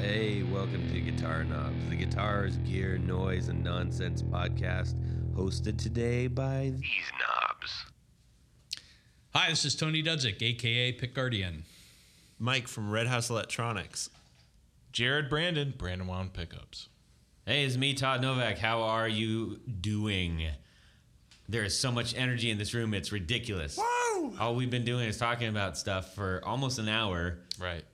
Hey, welcome to Guitar Knobs, the guitars, gear, noise, and nonsense podcast, hosted today by these knobs. Hi, this is Tony Dudzik, aka Pick Guardian. Mike from Red House Electronics. Jared Brandon, Brandon Wound Pickups. Hey, it's me, Todd Novak. How are you doing? There is so much energy in this room, it's ridiculous. Whoa! All we've been doing is talking about stuff for almost an hour, Right.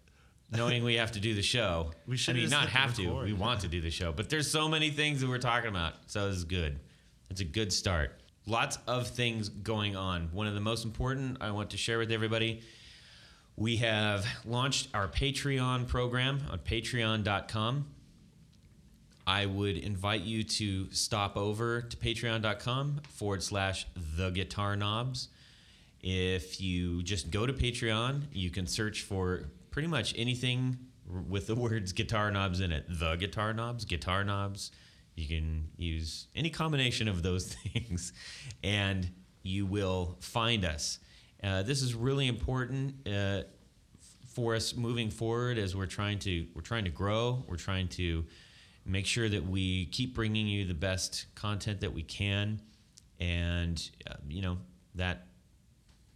knowing we have to do the show. We should I mean, just not hit have to. record. We want to do the show, but there's so many things that we're talking about. So this is good. It's a good start. Lots of things going on. One of the most important I want to share with everybody we have launched our Patreon program on patreon.com. I would invite you to stop over to patreon.com forward slash the guitar knobs. If you just go to Patreon, you can search for pretty much anything r- with the words guitar knobs in it. The guitar knobs, guitar knobs. You can use any combination of those things and you will find us. Uh, this is really important. Uh, for us moving forward as we're trying to we're trying to grow we're trying to make sure that we keep bringing you the best content that we can and uh, you know that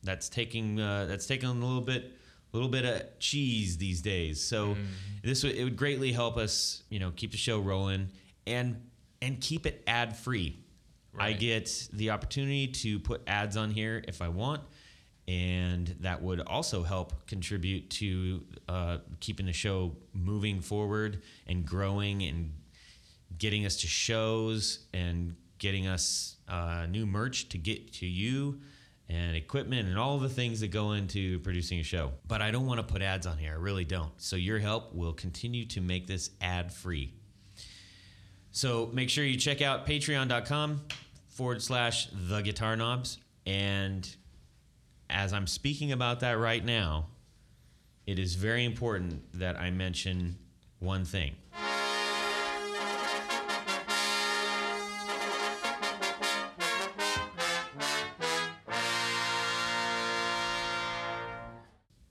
that's taking uh, that's taking a little bit a little bit of cheese these days so this would it would greatly help us you know keep the show rolling and and keep it ad free i Right. get the opportunity to put ads on here if i want and that would also help contribute to uh, keeping the show moving forward and growing and getting us to shows and getting us uh, new merch to get to you and equipment and all the things that go into producing a show. But I don't want to put ads on here. I really don't. So your help will continue to make this ad free. So make sure you check out patreon.com forward slash the guitar knobs. And as I'm speaking about that right now, it is very important that I mention one thing.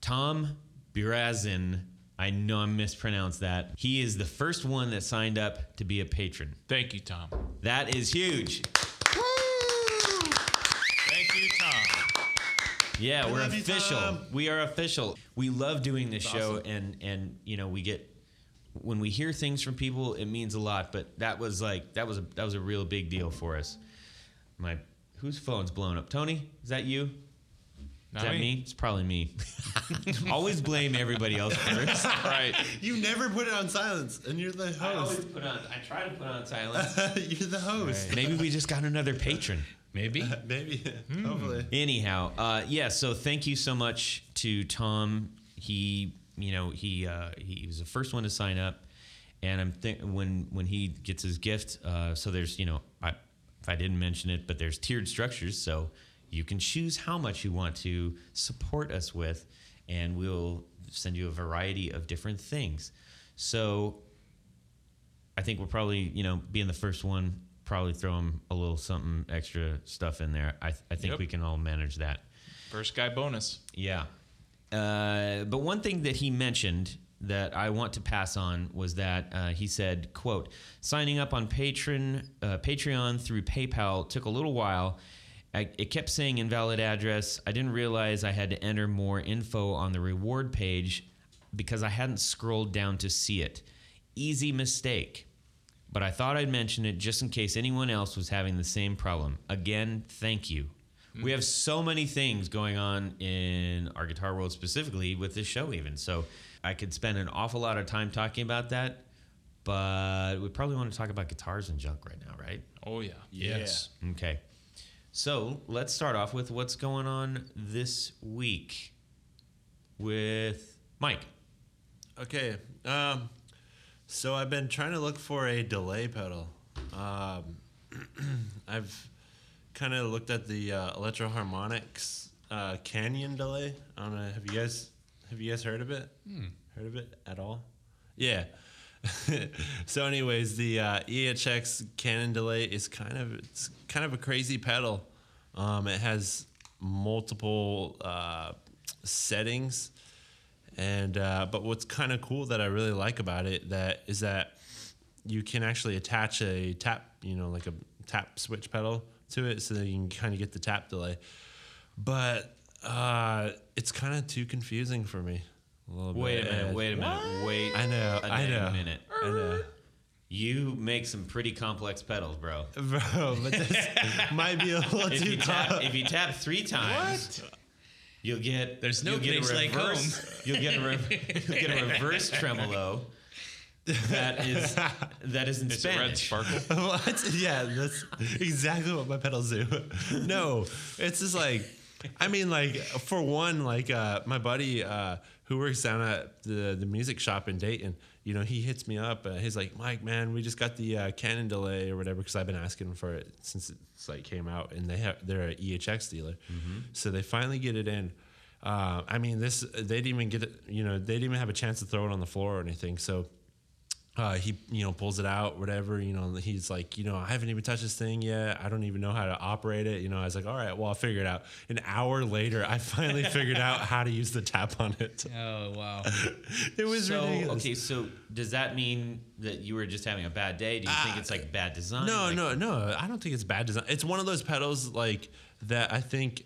Tom Burazin, I know I mispronounced that. He is the first one that signed up to be a patron. Thank you, Tom. That is huge. Thank you, Tom. Yeah, we're love you, official. Tom. we are official. We love doing this show, and and you know we get when we hear things from people, it means a lot. But that was like that was a that was a real big deal for us. My whose phone's blown up? Tony, is that you? Is Not that me? It's probably me. Always blame everybody else first. right. You never put it on silence, and you're the host. put on. I try to put on silence. you're the host. Maybe we just got another patron. Maybe. Maybe. Hopefully. Anyhow, uh, yeah. So thank you so much to Tom. He, you know, he uh, he was the first one to sign up, and I'm think when when he gets his gift. Uh, so there's you know, I if I didn't mention it, but there's tiered structures, so you can choose how much you want to support us with, and we'll send you a variety of different things. So I think we're probably, you know, being the first one, probably throw him a little something extra stuff in there. I, I think Yep. we can all manage that. First guy bonus. Yeah. Uh, but one thing that he mentioned that I want to pass on was that uh, he said, "quote Signing up on Patreon, uh, Patreon through PayPal took a little while. I, it kept saying invalid address. I didn't realize I had to enter more info on the reward page because I hadn't scrolled down to see it. Easy mistake." But I thought I'd mention it just in case anyone else was having the same problem. Again, thank you. We have so many things going on in our guitar world, specifically with this show, even. So I could spend an awful lot of time talking about that, but we probably want to talk about guitars and junk right now, right? Oh yeah. Yes. Okay. So let's start off with what's going on this week with Mike. Okay. Um, so I've been trying to look for a delay pedal. Um, I've kind of looked at the uh, Electro Harmonics uh, Canyon delay. I don't know. Have you guys have you guys heard of it? Heard of it at all? Yeah. so, anyways, the uh, EHX Canon delay is kind of it's kind of a crazy pedal. Um, it has multiple uh, settings And uh, but what's kind of cool that I really like about it that is that you can actually attach a tap, you know, like a tap switch pedal to it, so that you can kind of get the tap delay. But uh, it's kind of too confusing for me. A little Wait a bit. minute. Wait a minute. Wait. I know. A I damn know. minute. I know. You make some pretty complex pedals, bro. Bro, but this might be a little If too you tap, tough. if you tap three times, you'll get There's no you'll get a place like reverse- You'll get a re- you'll get a reverse tremolo. That is that is in Is it red Spanish. sparkle? What? Yeah, that's exactly what my pedals do. No, it's just like, I mean, like for one, like uh, my buddy uh, who works down at the the music shop in Dayton, you know, he hits me up. Uh, he's like, Mike, man, we just got the uh, Canon delay or whatever, because I've been asking for it since it's like came out, and they have they're an EHX dealer, so they finally get it in. Uh, I mean, this they didn't even get it. You know, they didn't even have a chance to throw it on the floor or anything. So uh, he you know pulls it out whatever you know and he's like you know i haven't even touched this thing yet i don't even know how to operate it you know i was like all right well i'll figure it out an hour later i finally figured out how to use the tap on it Oh wow. it was So ridiculous okay, so does that mean that you were just having a bad day? Do you think it's like bad design? no Like, no no i don't think it's bad design it's one of those pedals like that i think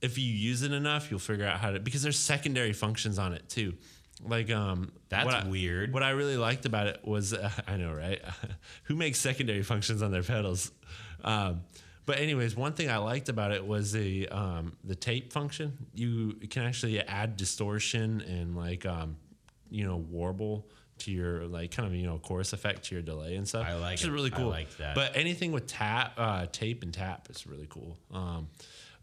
if you use it enough you'll figure out how to because there's secondary functions on it too like um That's what I- weird. what i really liked about it was uh, i know right who makes secondary functions on their pedals um but anyways one thing i liked about it was the um the tape function you can actually add distortion and like um you know warble to your like kind of you know chorus effect to your delay and stuff I like which is it. really I cool like that. but but anything with tap, uh, tape and tap is really cool. Um,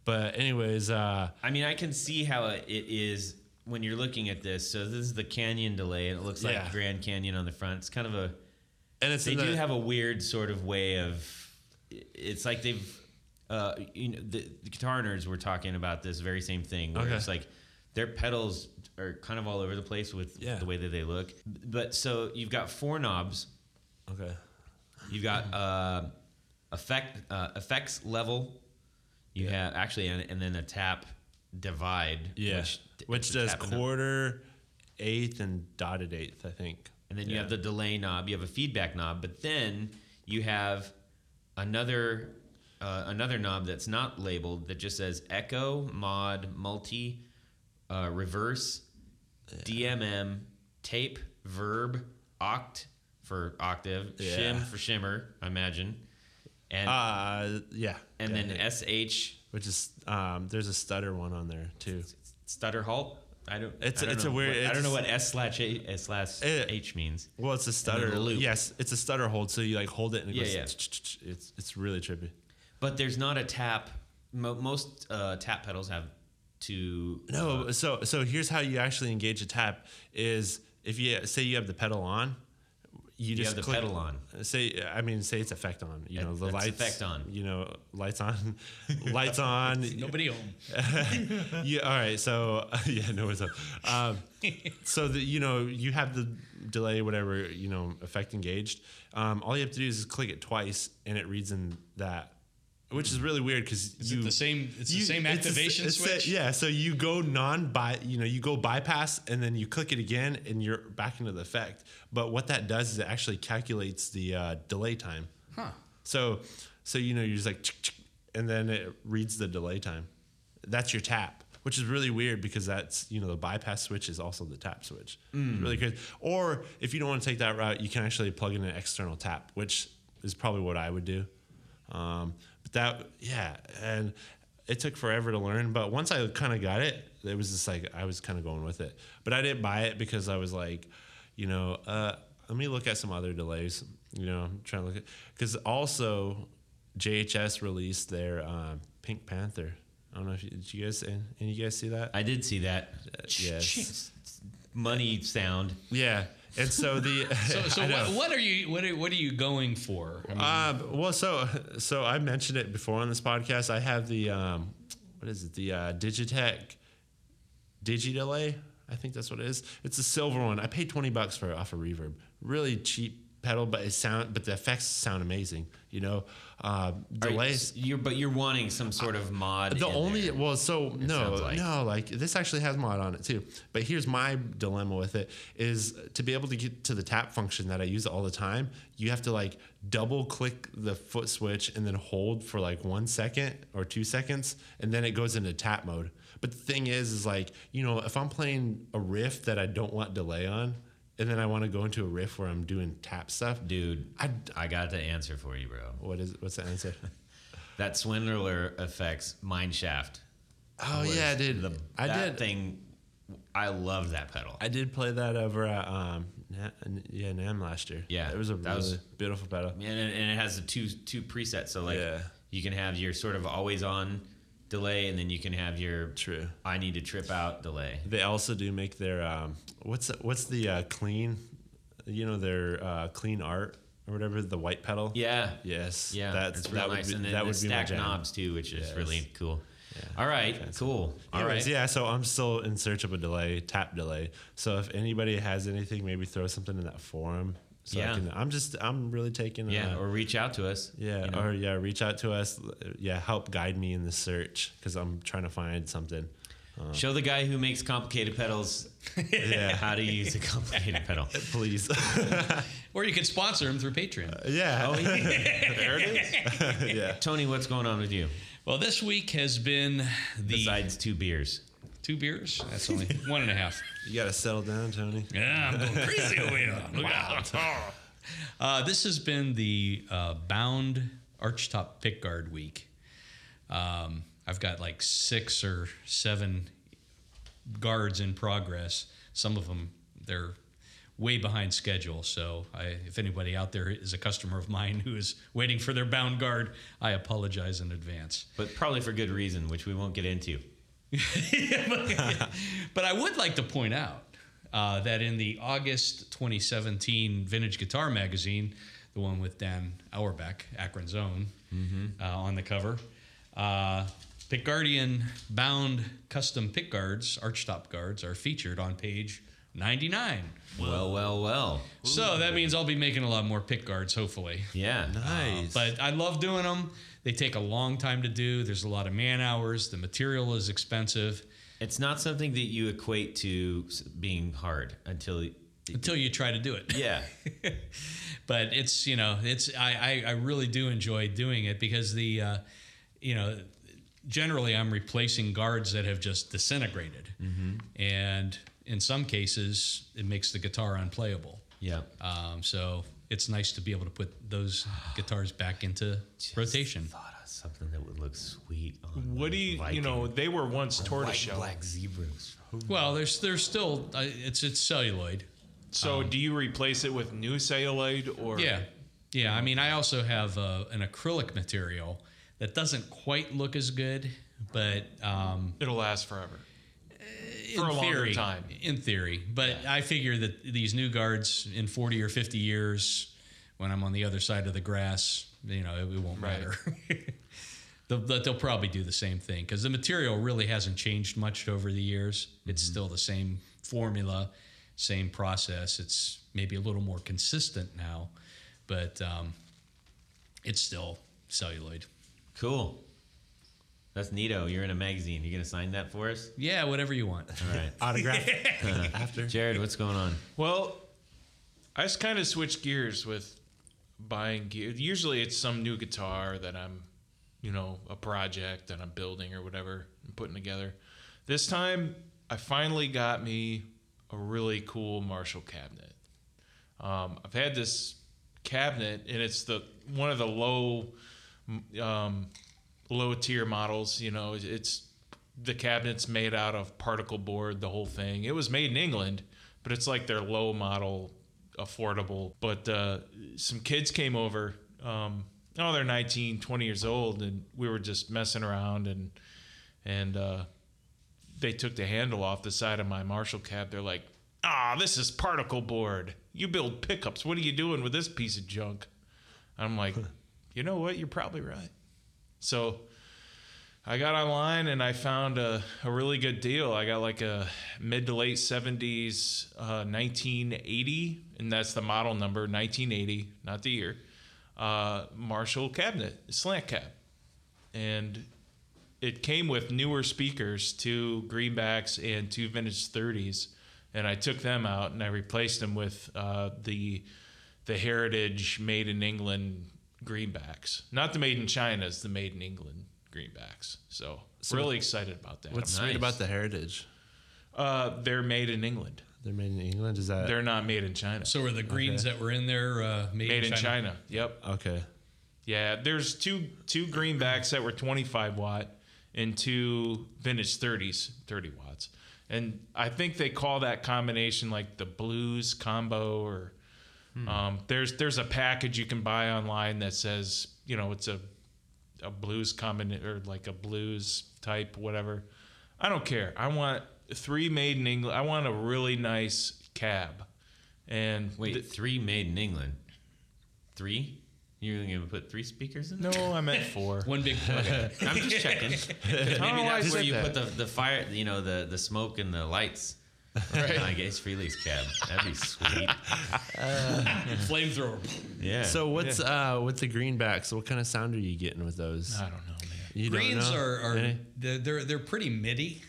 but anyways, uh, I mean, I can see how it it is when you're looking at this. So this is the canyon delay, and it looks like Yeah. Grand Canyon on the front. It's kind of a and it's they in the, do have a weird sort of way of it's like they've uh, you know the, the guitar nerds were talking about this very same thing where Okay. it's like their pedals are kind of all over the place with Yeah. the way that they look but so you've got four knobs okay, you've got Mm-hmm. uh, effect uh, effects level you have actually and, and then a tap divide yeah, which, which, it's a does tap and a- quarter, eighth, and dotted eighth, I think. And then you Yeah. have the delay knob, you have a feedback knob, but then you have another uh, another knob that's not labeled that just says echo, mod, multi, uh, reverse, DMM, tape, verb, oct for octave, shim Yeah. for shimmer, I imagine, and Uh, yeah, and yeah, then yeah. sh which is um, there's a stutter one on there too. stutter halt. I don't. It's- I don't it's know a weird- what- I don't know it's- what s slash a s slash Eh. h means. Well, it's a stutter. the loop. Yes, it's a stutter hold. So you like hold it and it Yeah, goes. yeah. It's it's really trippy. But there's not a tap. Mo- most uh, tap pedals have two. No, Uh, so so here's how you actually engage a tap is if you say you have the pedal on, you just have the click- pedal on. Say I mean say it's effect on. You Yeah, know the that's lights effect on. You know lights on, lights on. Nobody home. yeah, all right. So yeah, no it's up. Um, so that you know you have the delay whatever you know effect engaged. Um, all you have to do is just click it twice and it reads in that, which is really weird because Is you it the same? It's you- the same it's a- activation it's a- switch. yeah, so you go non by, you know, you go bypass and then you click it again and you're back into the effect. But what that does is it actually calculates the uh, delay time. Huh. So, so you know, you're just like, chick, chick, and then it reads the delay time. That's your tap, which is really weird because that's you know the bypass switch is also the tap switch. It's Really crazy. Or if you don't want to take that route, you can actually plug in an external tap, which is probably what I would do. Um, but that, yeah, and it took forever to learn. But once I kind of got it, it was just like I was kind of going with it. But I didn't buy it because I was like, you know, uh, let me look at some other delays. You know, I'm trying to look at because also JHS released their um, Pink Panther. I don't know if you, did you guys and you guys see that? I did see that. Uh, yes. Money sound. yeah, and so the So, so I know. what, what are you? What are, what are you going for? I mean, Um, well, so so I mentioned it before on this podcast. I have the um, what is it? The uh, Digitech DigiDelay. I think that's what it is. It's a silver one. I paid twenty bucks for it off of Reverb. Really cheap pedal, but it sound but the effects sound amazing. You know, uh, Are you- delays. You're, but you're wanting some sort of mod. the in only there. well so no sounds like. no like this actually has mod on it too but here's my dilemma with it is to be able to get to the tap function that i use all the time you have to like double click the foot switch and then hold for like one second or two seconds and then it goes into tap mode but the thing is is like you know if i'm playing a riff that i don't want delay on and then i want to go into a riff where i'm doing tap stuff dude. i I got the answer for you, bro. what is what's the answer That swindler effects mind shaft. oh was yeah dude The, i that did thing. I loved that pedal. I did play that over at um Na- yeah Nam last year. Yeah, it was a that really was- beautiful pedal. and, it- and it has the two two presets. So like Yeah. you can have your sort of always on delay, and then you can have your True. I need to trip out delay. They also do make their um what's the, what's the uh, clean, you know their uh, clean art or whatever the white pedal. Yeah, Yes. yeah, That's it's real that would nice. be and then that the would be my stack jam. knobs too, which is Yes. really cool. All right, cool. All Anyways, right, Yeah. So I'm still in search of a delay tap delay. So if anybody has anything, maybe throw something in that forum. So Yeah. I can, I'm just I'm really taking yeah, uh, or reach out to us. Yeah, you know. or yeah, reach out to us. L- Yeah, help guide me in the search because I'm trying to find something. Show the guy who makes complicated pedals how to use a complicated pedal. Please. Or you could sponsor him through Patreon. Oh, yeah. Oh, There it is. yeah. Tony, what's going on with you? Well, this week has been the Besides two beers. two beers. That's only one and a half. You got to settle down, Tony. Yeah, I'm going crazy over here. Look out. Uh, this has been the uh, bound archtop pick guard week. Um, I've got like six or seven guards in progress. Some of them they're way behind schedule. So I, if anybody out there is a customer of mine who is waiting for their bound guard, I apologize in advance. But probably for good reason, which we won't get into. But I would like to point out uh, that in the August 2017 Vintage Guitar Magazine, the one with Dan Auerbach, Akron's own, uh, on the cover, uh, Pickguardian bound custom pick guards, archtop guards, are featured on page 99. Well, well, well. So that means I'll be making a lot more pick guards, hopefully. Uh, Yeah. Um, Nice. But I love doing them. They take a long time to do. There's a lot of man hours. The material is expensive. It's not something that you equate to s- being hard until. until you try to do it. Yeah. but it's you know it's I, I I really do enjoy doing it because the uh, you know generally I'm replacing guards that have just disintegrated, and in some cases it makes the guitar unplayable. Yeah. Um, so it's nice to be able to put those guitars back into rotation. Thought of something that would look sweet on What do you, you know, they were once tortoiseshell. black zebras. Well, there's there's still uh, it's it's celluloid. So do you replace it with new celluloid or? Yeah. Yeah. I mean, I also have uh, an acrylic material that doesn't quite look as good, but um, It'll last forever. in For a longer theory, time. In theory. But I figure that these new guards in 40 or 50 years, when I'm on the other side of the grass, you know, it, it won't Right. matter. they'll, but they'll probably do the same thing because the material really hasn't changed much over the years. Mm-hmm. It's still the same formula, same process. It's maybe a little more consistent now, but um, it's still celluloid. Cool. That's neato. You're in a magazine. You gonna sign that for us? Yeah, whatever you want. All right. Autograph Uh, after. Jared, what's going on? Well, I just kind of switched gears with buying gear. Usually it's some new guitar that I'm, you know, a project that I'm building or whatever and putting together. This time I finally got me a really cool Marshall cabinet. Um, I've had this cabinet and it's the one of the low um, low tier models. You know, it's- it's the cabinet's made out of particle board, the whole thing. It was made in England, but it's like their low model, affordable. But uh, some kids came over. Um, oh, they're 19, 20 years old, and we were just messing around and and uh, they took the handle off the side of my Marshall cab. They're like, "Ah, this is particle board. You build pickups. What are you doing with this piece of junk?" I'm like, "You know what? You're probably right." So I got online and I found a, a really good deal. I got like a mid to late 70s uh, 1980, and that's the model number 1980, not the year, uh, Marshall cabinet, slant cab. And it came with newer speakers, two greenbacks and two vintage 30s. And I took them out and I replaced them with uh, the the heritage made in England greenbacks, not the made in China's, the made in England greenbacks. So, really excited about that. What's Nice. sweet about the heritage? uh, they're made in England. They're made in England. Is that They're not made in China. So are the greens that were in there uh, made, made in China. China? Yep. okay? Yeah, there's two two greenbacks that were 25 watt and two vintage 30s, 30 watts. And I think they call that combination like the blues combo or um, there's there's a package you can buy online that says, you know, it's a a blues combination or like a blues type whatever. I don't care. I want three made in England. I want a really nice cab. And Wait, th- three made in England. Three? You're going to put three speakers in? no, I meant four. One big plug. I'm just checking. 'Cause Maybe know why I that's where said you put that. the, the fire, you know, the, the smoke and the lights. Right. I guess Freely's cab. That'd be sweet. Flamethrower. Yeah. So what's uh with the greenbacks? What kind of sound are you getting with those? Uh, I don't know, man. You don't Greens know? are, are Any? they're, they're they're pretty midi.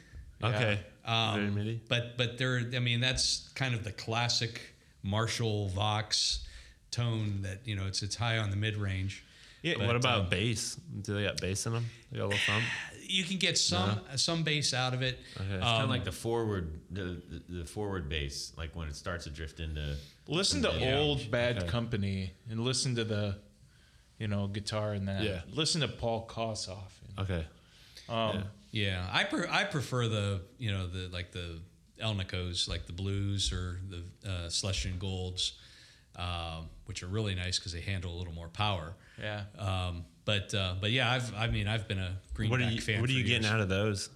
okay. Um, Very midi. But but they're I mean that's kind of the classic Marshall Vox tone that you know it's it's high on the mid range. Yeah, what about bass? Do they got bass in them? They got a little thump. You can get some some bass out of it. Uh-huh. Okay. It's kind Um, of like the forward, the, the, the forward bass, like when it starts to drift into. Listen to Yeah. old Bad Company and listen to the, you know, guitar and that. Yeah. Listen to Paul Kossoff. Okay. Um, yeah, I pre- I prefer the you know the like the Elnicos like the blues or the uh, Celestian Golds, um, which are really nice because they handle a little more power. yeah. Um, but uh, but yeah, I've I mean I've been a What Greenback are you fan. What are for you getting years. out of those?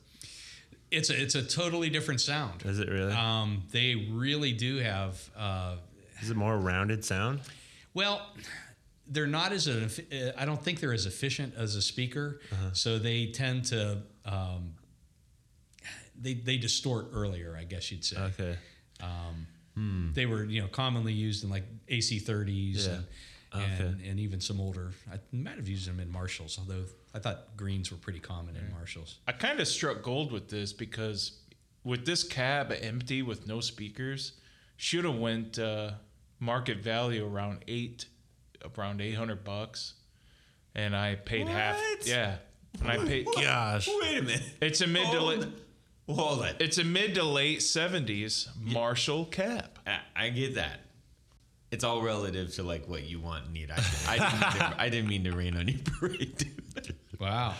It's a it's a totally different sound. Is it really? Um, they really do have. Uh, Is it more rounded sound? well, they're not as an. eff- uh, I don't think they're as efficient as a speaker, Uh-huh. so they tend to. Um, they they distort earlier, I guess you'd say. Okay. Hmm. They were you know commonly used in like AC thirties Yeah. and. And, and even some older, I might have used them in Marshalls, although I thought greens were pretty common in Marshalls. I kind of struck gold with this because with this cab empty with no speakers, should have went uh, market value around eight, around eight hundred bucks, and I paid half. What? Yeah, and I paid. Gosh. Wait a minute. It's a mid to Hold- late. Hold it. It's a mid to late seventies Marshall cab. I, I get that. It's all relative to like what you want and need. I, I, didn't, mean to, I didn't mean to rain on your parade. dude. Wow,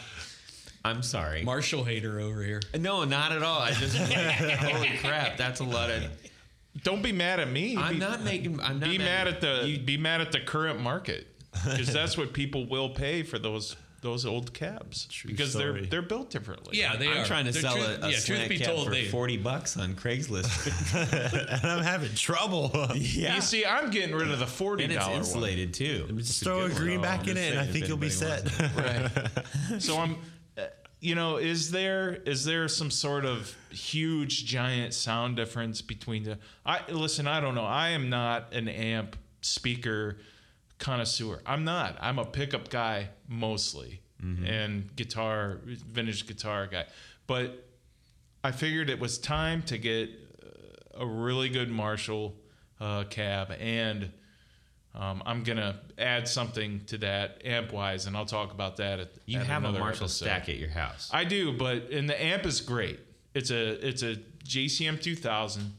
I'm sorry. Marshall hater over here. no, not at all. I just holy crap. That's a lot of. Don't be mad at me. I'm Be- not making. I'm not be mad at the you- be mad at the current market because that's what people will pay for those those old cabs because story. they're they're built differently. Yeah, they I'm are trying to They're sell truth- a, a yeah, slant cab for they- forty bucks on Craigslist. And I'm having trouble. yeah, You see, I'm getting rid of the forty and it's dollar one, insulated too. Just It's a throw a good one. greenback I'm in just it, and I saying if think you'll be anybody set. wants it. so I'm. uh, You know, is there is there some sort of huge giant sound difference between the? I listen. I don't know. I am not an amp speaker connoisseur. I'm not. I'm a pickup guy mostly, Mm-hmm. and guitar, vintage guitar guy. But I figured it was time to get uh, a really good Marshall uh, cab, and um, I'm gonna add something to that amp wise, and I'll talk about that. At, You at have a another Marshall episode. stack at your house. I do, but and the amp is great. It's a it's a JCM 2000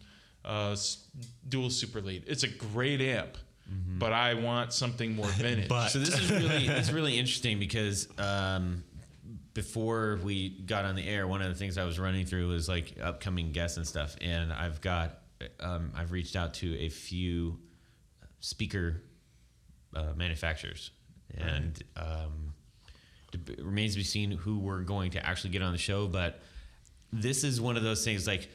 uh, s- dual super lead. It's a great amp, Mm-hmm. but I want something more vintage. But- So this is really this is really interesting because um, before we got on the air, one of the things I was running through was like upcoming guests and stuff, and I've got um, I've reached out to a few speaker uh, manufacturers, and um, deb- it remains to be seen who we're going to actually get on the show. But this is one of those things like.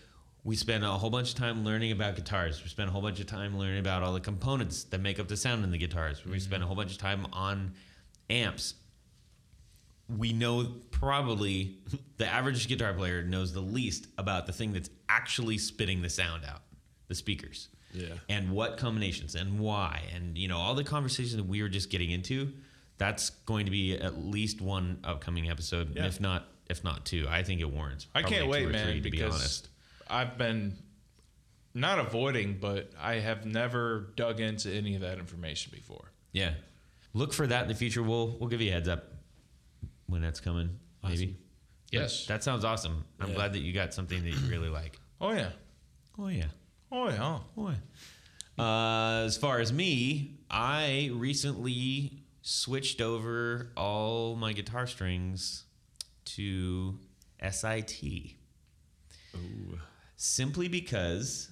We spend a whole bunch of time learning about guitars. We spend a whole bunch of time learning about all the components that make up the sound in the guitars. We spend a whole bunch of time on amps we know probably the average guitar player knows the least about the thing that's actually spitting the sound out, the speakers. Yeah. And what combinations and why and you know all the conversations that we were just getting into, that's going to be at least one upcoming episode, Yeah. if not if not two. I think it warrants. I probably can't two wait, or man. three, to because be honest. I've been not avoiding, but I have never dug into any of that information before. Yeah. Look for that in the future. We'll we'll give you a heads up when that's coming. Maybe. Yes. That sounds awesome. I'm glad that you got something that you really like. Oh yeah, Oh yeah. oh yeah. Boy. Uh, as far as me, I recently switched over all my guitar strings to SIT. Simply because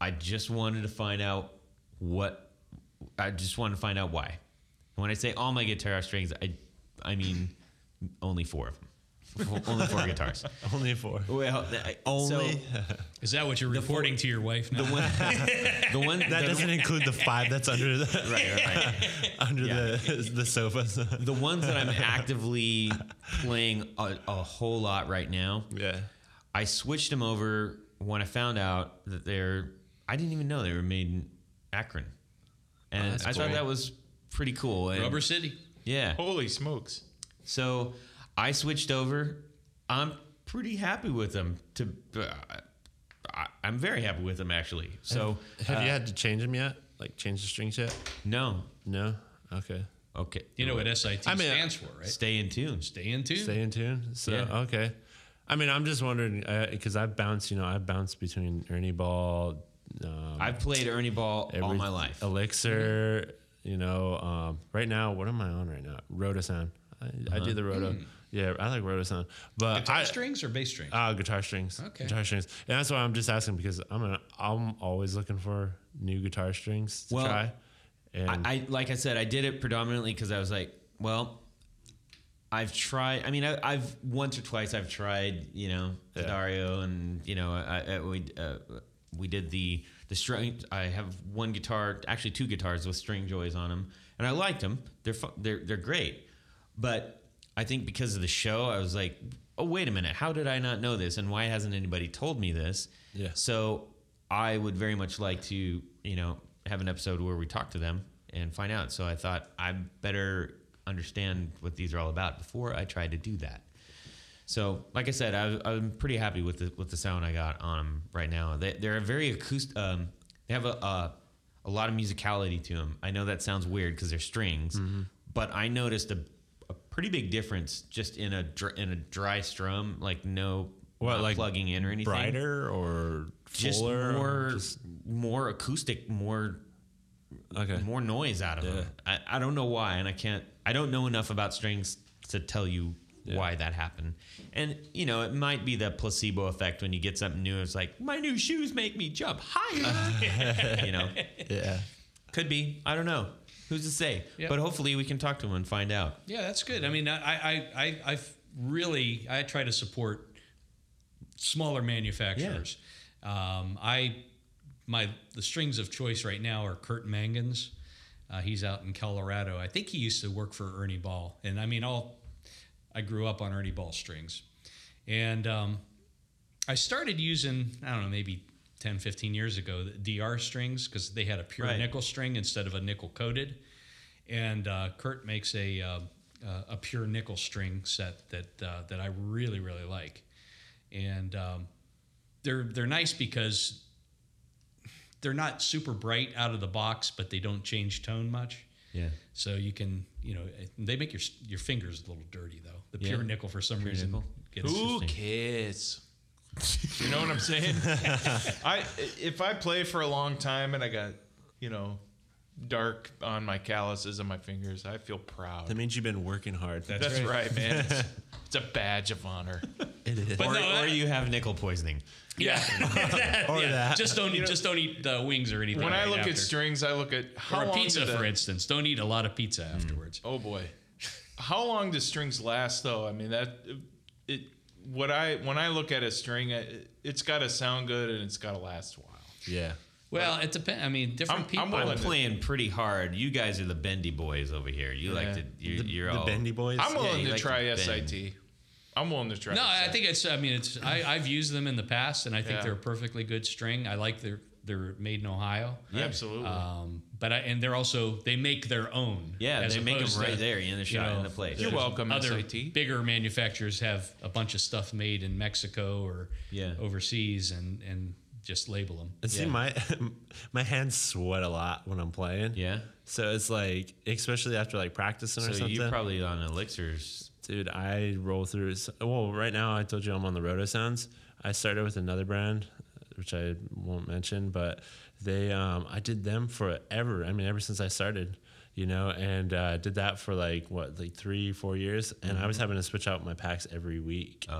I just wanted to find out what I just wanted to find out why. And when I say all my guitar strings, I I mean only four of them. only four guitars. Only four. Well, I- Only. so Is that what you're reporting to your wife now? the one that the- doesn't include the five that's under the right, right, right. under the the sofas. the ones that I'm actively playing a, a whole lot right now, yeah. I switched them over when I found out that they're. I didn't even know they were made in Akron, and I thought cool. that was pretty cool. And Rubber City. yeah. Holy smokes! So I switched over. I'm pretty happy with them. To uh, I, I'm very happy with them actually. So Have you had to change them yet? Like change the strings yet? no, No. Okay. okay, You know what SIT I mean, uh, stands for, right? stay in tune. Stay in tune. Stay in tune. So Yeah. okay. I mean, I'm just wondering because I've bounced. You know, I've bounced between Ernie Ball. Um, I've played Ernie Ball all every- my life. Elixir. You know, um, right now, what am I on right now? Rotosound. I, I do the roto. Yeah, I like rotosound, but Guitar I, strings or bass strings? Uh, guitar strings. Okay. Guitar strings. And that's why I'm just asking because I'm an, I'm always looking for new guitar strings to Well, try. And I, I like I said, I did it predominantly because I was like, well, I've tried. I mean, I, I've once or twice I've tried, you know, Yeah. Dario, and you know, I, I we uh, we did the the string. I have one guitar, actually two guitars with string joys on them, and I liked them. They're fu- they're they're great, but I think because of the show, I was like, oh wait a minute, how did I not know this, and why hasn't anybody told me this? Yeah. So I would very much like to, you know, have an episode where we talk to them and find out. So I thought I better understand what these are all about before I try to do that. So, like I said, I, I'm pretty happy with the with the sound I got on them right now. They, they're very acoustic. Um, they have a, a a lot of musicality to them. I know that sounds weird because they're strings, Mm-hmm. but I noticed a, a pretty big difference just in a dr- in a dry strum, like no What, not like plugging in or anything brighter or just fuller. or more just- more acoustic, more okay. more noise out of them. I, I don't know why, and I can't. I don't know enough about strings to tell you why that happened. And you know, it might be the placebo effect when you get something new. It's like my new shoes make me jump higher. you know, yeah. could be. I don't know. Who's to say? Yeah. But hopefully, we can talk to them and find out. Yeah, that's good. I mean, I, I, I, I've really, I try to support smaller manufacturers. Um, I, my, the strings of choice right now are Kurt Mangans. Uh, he's out in Colorado. I think he used to work for Ernie Ball, and I mean, all, I grew up on Ernie Ball strings, and um, I started using, I don't know, maybe 10, 15 years ago, the DR strings because they had a pure Right. nickel string instead of a nickel coated. And uh, Kurt makes a, uh, uh, a pure nickel string set that, uh, that I really, really like. And um, they're, they're nice because they're not super bright out of the box, but they don't change tone much. Yeah. So you can, you know, they make your your fingers a little dirty though. The pure Yeah. nickel for some Pure reason nickel. gets Who cares? you know what I'm saying? I if I play for a long time and I got you know dark on my calluses and my fingers, I feel proud. That means you've been working hard. That's, right. man. It's, it's a badge of honor. it is. But Or, no, I- or you have nickel poisoning. Yeah. Or that. Just don't just don't eat uh, wings or anything. When I right look after. at strings, I look at how or a long pizza, did the- for instance, don't eat a lot of pizza afterwards. Oh boy, how long do strings last though? I mean that it. What I when I look at a string, I- it's got to sound good and it's got to last a while. yeah. Well, it depends. I mean, different I'm- I'm people. willing I'm playing pretty hard. You guys are the bendy boys over here. You like to, you're, the, you're the all bendy boys. I'm willing you to like to try bend. SIT. I'm willing to try. No, I SIT. think it's. I mean, it's. I, I've used them in the past, and I think Yeah. they're a perfectly good string. I like their. They're made in Ohio. absolutely. Uh, Um, but I, and they're also they make their own. Yeah, as they make 'em opposed right to, there in the shop, in the place. You're there's welcome, Other SIT. bigger manufacturers have a bunch of stuff made in Mexico or Yeah. overseas, and and just label them. And See Yeah. my my hands sweat a lot when I'm playing. Yeah. So it's like, especially after like practicing or So something. you probably on elixirs. Dude, I roll through. s- Well, right now I told you I'm on the Roto Sounds. I started with another brand, which I won't mention, but they, um, I did them forever. I mean, ever since I started, you know, and uh, did that for like what, like three, four years, and I was having to switch out my packs every week. Mm-hmm.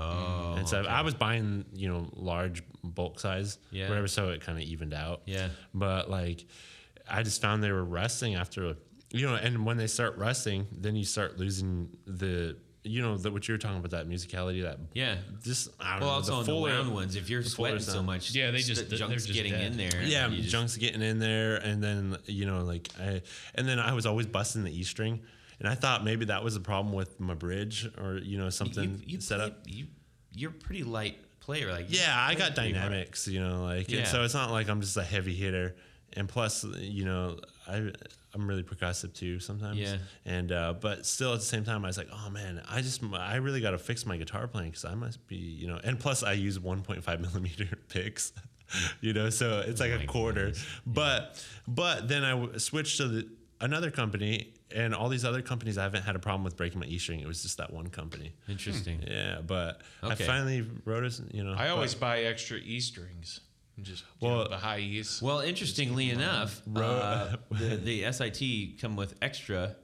Oh, Mm, and so I was buying, you know, large bulk size, Yeah. whatever, so it kind of evened out. Yeah. But like, I just found they were resting after, you know, and when they start resting, then you start losing the, you know, the, what you were talking about that musicality, that Yeah. just I don't Well, know, also on the fuller the round ones, if you're fuller sweating so sound. much, Yeah, they s- just- the they're junk's just getting dead. in there. Yeah, You just- junk's getting in there, and then you know, like I, and then I was always busting the E string, and I thought maybe that was a problem with my bridge or you know something set play- up. You, you're a pretty light player. Like you Yeah, I play got pretty hard. dynamics, you know, like and Yeah. so it's not like I'm just a heavy hitter. And plus, you know, I I'm really percussive too sometimes. Yeah. And uh, but still at the same time, I was like, oh man, I just I really got to fix my guitar playing because I must be you know. And plus, I use 1.5 millimeter picks. You know, so it's like a quarter, but but then I w- switched to the, another company, and all these other companies I haven't had a problem with breaking my E string. It was just that one company, Interesting. yeah. But Okay. I finally wrote us, you know. I but- always buy extra E strings. and Just you Well- know, the high E's. Well, interestingly enough, uh, the, the SIT come with extra.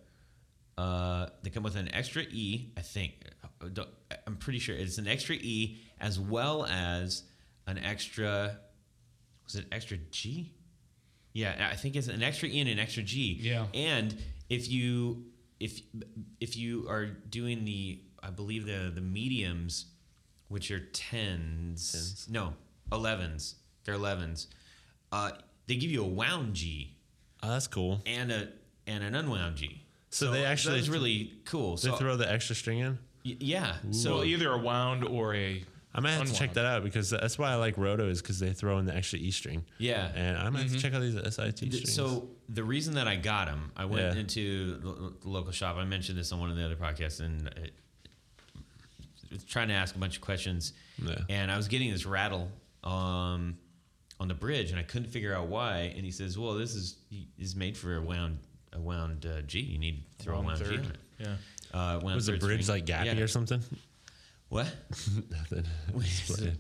Uh, they come with an extra E, I think. Uh, don't- I'm pretty sure it's an extra E as well as an extra. Was it extra G? Yeah, I think it's an extra E and an extra G. Yeah. And if you if if you are doing the I believe the the mediums, which are tens, no elevens, they're elevens. Uh, they give you a wound G Oh, that's cool. and a and an unwound G. So they actually that's th- really cool. They So throw the extra string in. y- yeah, so So either a wound or a. I might have to check Unwound. that out because that's why I like roto is because they throw in the extra E string. yeah. Mm-hmm. And I might have to check out these SIT Th- strings. So the reason that I got them, I went Yeah. into the lo- the local shop. I mentioned this on one of the other podcasts, and it, it's trying to ask a bunch of questions. Yeah. And I was getting this rattle um, on the bridge, and I couldn't figure out why. And he says, "Well, this is is made for a wound a wound uh, G. You need to throw a wound G on it. Yeah. Uh, wound was the third bridge string. like gappy Yeah. or something? what? Nothing.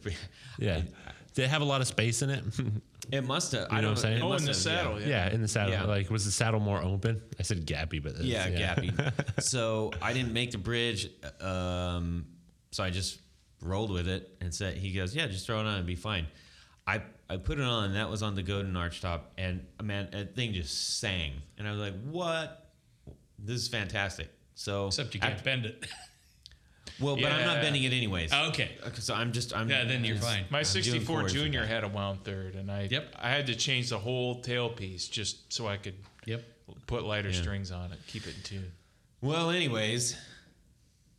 yeah. yeah. They have a lot of space in it. It must have. I know don't what I'm saying? it Oh, must in the have, yeah. saddle. Yeah. yeah, in the saddle. Yeah. Like, was the saddle more open? I said gappy, but uh, that's- Yeah, Gappy. so I didn't make the bridge. Um, so I just rolled with it and said, he goes, yeah, just throw it on and be fine. I, I put it on and that was on the Godin archtop and uh, man, that thing just sang. And I was like, what? This is fantastic. So, Except you can't bend it. well, but I'm not Yeah. bending it anyways. okay. Okay, So I'm just, I'm, Oh. Yeah, then you're just- fine. My I'm doing 64 chords. Junior had a wound third, and I Yep. I had to change the whole tailpiece just so I could Yep. put lighter Yeah. strings on it, keep it in tune. Well, anyways,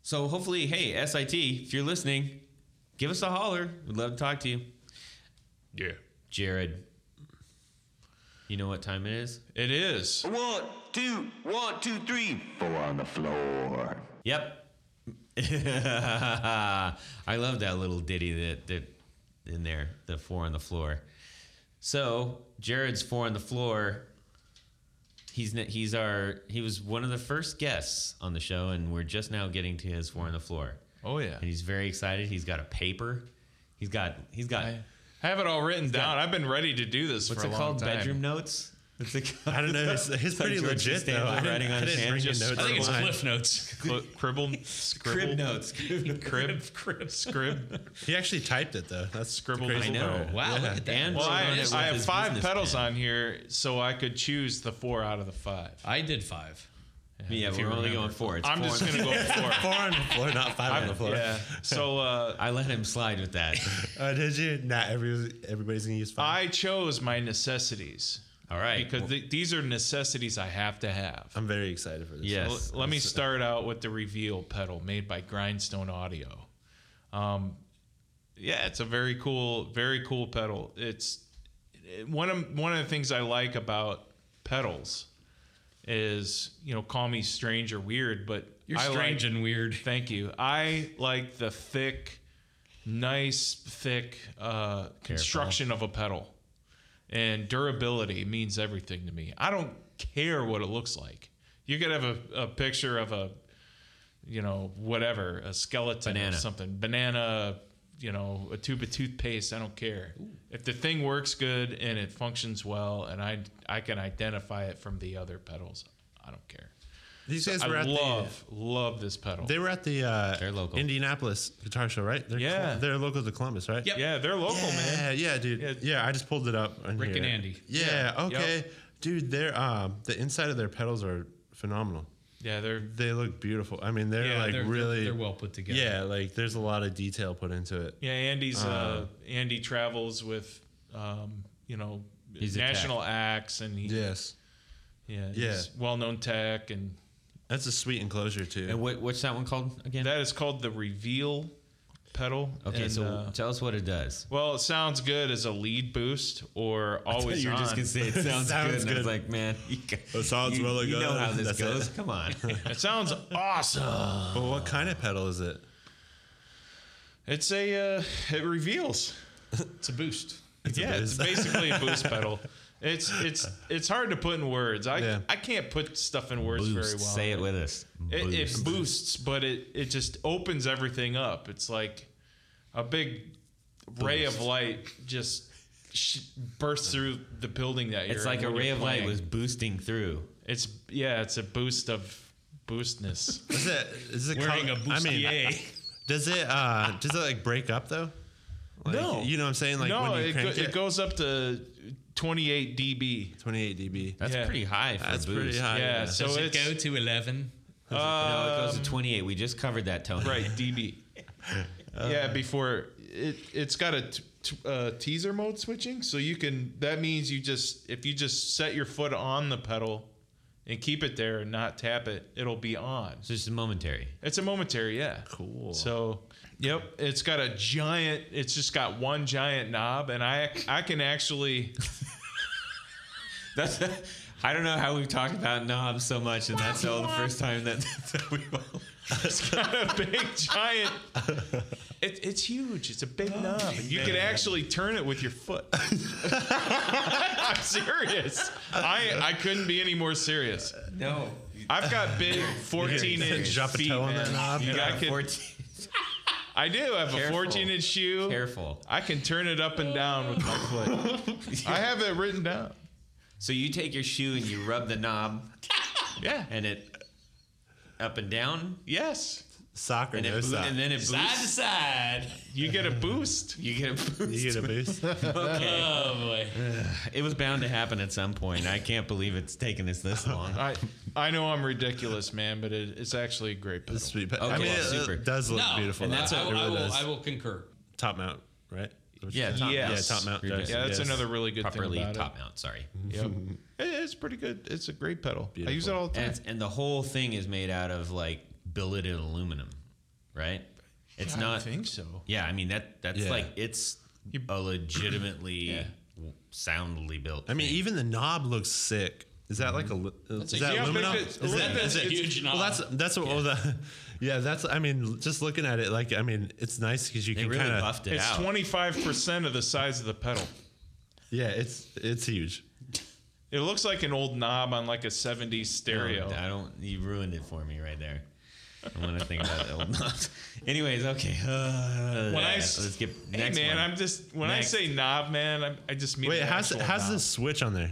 so hopefully, hey, SIT, if you're listening, give us a holler. We'd love to talk to you. Yeah. Jared, you know what time it is? It is. One, two, one, two, three, four on the floor. Yep. I love that little ditty that, that in there, the four on the floor. So Jared's four on the floor. He's n- he's our he was one of the first guests on the show, and we're just now getting to his four on the floor. Oh yeah. And he's very excited. He's got a paper. He's got he's got I have it all written down. I've been ready to do this what's for a it long called? time. Bedroom notes. It's a, I don't know. His, his pretty George legit, though. Costanza I didn't, writing on I his didn't hand, bring just- a note I think it's online. Cliff Notes. Cl- cribble, scribble, crib notes. Crib, crib, Crib. scrib. He actually typed it, though. That's Scribble the I crazy know. part. Wow, Yeah. look at that. And Well, wrote I, it with I have his five business pedals plan. on here, so I could choose the four out of the five. I did five. Yeah, if we're you only remember. going four. It's I'm four just and- gonna go four. Four on the floor, not five on the floor. Yeah. So uh, I let him slide with that. Uh, did you? Not every, everybody's gonna use five. I chose my necessities All right. because Well, th- these are necessities I have to have. I'm very excited for this. Yes. L- let me start out with the reveal pedal made by Grindstone Audio. Um, yeah, it's a very cool, very cool pedal. It's it- one of one of the things I like about pedals is you know call me strange or weird, but You're I like- strange and weird. Thank you. I like the thick, nice, thick uh, construction of a pedal. And durability means everything to me. I don't care what it looks like. You could have a, a picture of a, you know, whatever, a skeleton Banana. or something, banana, you know, a tube of toothpaste. I don't care. If the thing works good and it functions well and I, I can identify it from the other pedals, I don't care. These guys were I at love, love this pedal. the. They were at the uh, They're local. Indianapolis guitar show, right? They're Yeah. Col- they're local to Columbus, right? Yep. Yeah, they're local, man. Yeah, yeah, dude. Yeah. Yeah. I just pulled it up. on Rick and here. Andy. Yeah. Yeah. Okay, Yep. dude. They're um the inside of their pedals are phenomenal. Yeah, they're They look beautiful. I mean, they're Yeah, like they're, they're- really. they're, well put together. yeah, like there's a lot of detail put into it. yeah. Andy's uh, Andy travels with um, you know He's a national acts and he Yes, yeah Yeah. he's well-known tech and that's a sweet enclosure too. and what, what's that one called again? that is called the reveal pedal. okay, and, so uh, tell us what it does. well, it sounds good as a lead boost or always you were on. just gonna say it sounds, Sounds good. And I good. was like, man, you, got- It sounds you- really You know good. how this That's goes. it. Come on. it sounds awesome. but what kind of pedal is it? It's a uh, it reveals. It's a boost. yeah, it's boost. basically a boost pedal. It's it's it's hard to put in words. I Yeah. I can't put stuff in words very well. Say it with us. Oh, it, Boost. it boosts, but it it just opens everything up. It's like a big ray of light just sh- bursts through the building that you're. it's like in a when ray you're of light playing. was boosting through. It's yeah, it's a boost of boostness. Is it? Is it Wearing col- a I mean, bustier. does it? uh Does it like break up though? Like, No. you know what I'm saying. Like no, when you it, crank go, it, it goes up to 28 dB. 28 dB. That's Yeah. pretty high for That's a boost. pretty high. Yeah, yeah. so Does it it's go to 11? no, it goes to 28. We just covered that, Tony. Um, right DB. yeah, before it, it's got a t- t- uh, teaser mode switching, so you can. That means you just if you just set your foot on the pedal and keep it there and not tap it, it'll be on. It's just momentary. It's a momentary, yeah. Cool. So, yep, it's got a giant. It's just got one giant knob, and I I can actually. That's. I don't know how we've talked about knobs so much, and that's all the first time that, that we've all. It's got a big giant. It, it's huge. It's a big Oh, knob. And you can actually turn it with your foot. I'm serious. I I couldn't be any more serious. No. I've got big 14 inch drop a feet. toe on man. that knob. You got- I, could- 14. I do have Careful. a 14 inch shoe. Careful. I can turn it up and down with my foot. I have it written down. So you take your shoe and you rub the knob, Yeah. and it up and down, Yes. Soccer, and, it no boo- sock. and then it Side to boosts. side. You get a boost. You get a boost. you get a boost. Oh, boy. It was bound to happen at some point. I can't believe it's taken us this long. I I know I'm ridiculous, man, but it, it's actually a great pedal. It's sweet. But, Okay, I mean, it, super. it does look No. beautiful. And that's though. I, it I, really will, does. I will concur. top mount, right? Is that what you Yeah, said? top Yes. yeah, top mount. You're does. just- Yeah, that's Yes. another really good properly thing about top mount. Sorry, it. Mm-hmm. Yep. It- it's pretty good. It's a great pedal. I use it Beautiful. all the and time. it's, and the whole thing is made out of like billeted aluminum, right? It's I not. think so. Yeah, I mean that. That's Yeah. like it's a legitimately w- soundly built. I mean, thing. even the knob looks sick. Is that like a? li- Is a that huge- Yeah, aluminum? but Is it's- aluminum that- is a it- huge Well, that's that's what. well, the, yeah, that's. I mean, just looking at it, like I mean, it's nice because you they can really kind of. buffed it It's out. twenty five percent of the size of the pedal. Yeah, it's it's huge. It looks like an old knob on like a '70s No, stereo. I don't. You ruined it for me right there. I want to think about it. old knobs. Anyways, okay. Uh, When I s- let's get hey next man, one. I'm just when Next. I say knob, man, I'm, I just mean Wait, an how's actual how's knob. this switch on there?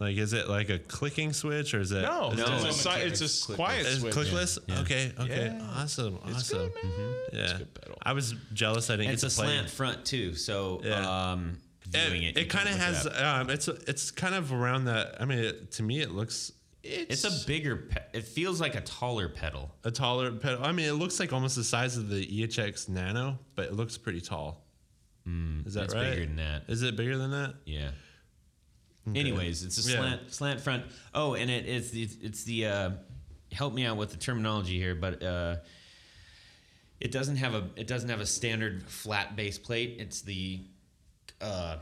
Like, is it like a clicking switch or is it? No, is No. it's a, si- it's a s- quiet It's switch. clickless. Yeah. Okay. Okay. Yeah. Awesome. It's Awesome. Mm-hmm. good, man. It's Yeah. good pedal. I was jealous. I didn't And get it's to a play. slant front too, so Yeah. um, It, viewing it, it you can kind of look has. up. um, it's it's kind of around that. I mean, it, to me, it looks It's a bigger. Pe- it feels like a taller pedal. a taller pedal. I mean, it looks like almost the size of the EHX Nano, but it looks pretty tall. Is that Mm. it's right? bigger than that. Is it bigger than that? Yeah. Anyways, it's a Yeah. slant slant front. Oh, and it, it's the it's the uh, help me out with the terminology here, but uh, it doesn't have a it doesn't have a standard flat base plate. It's the uh,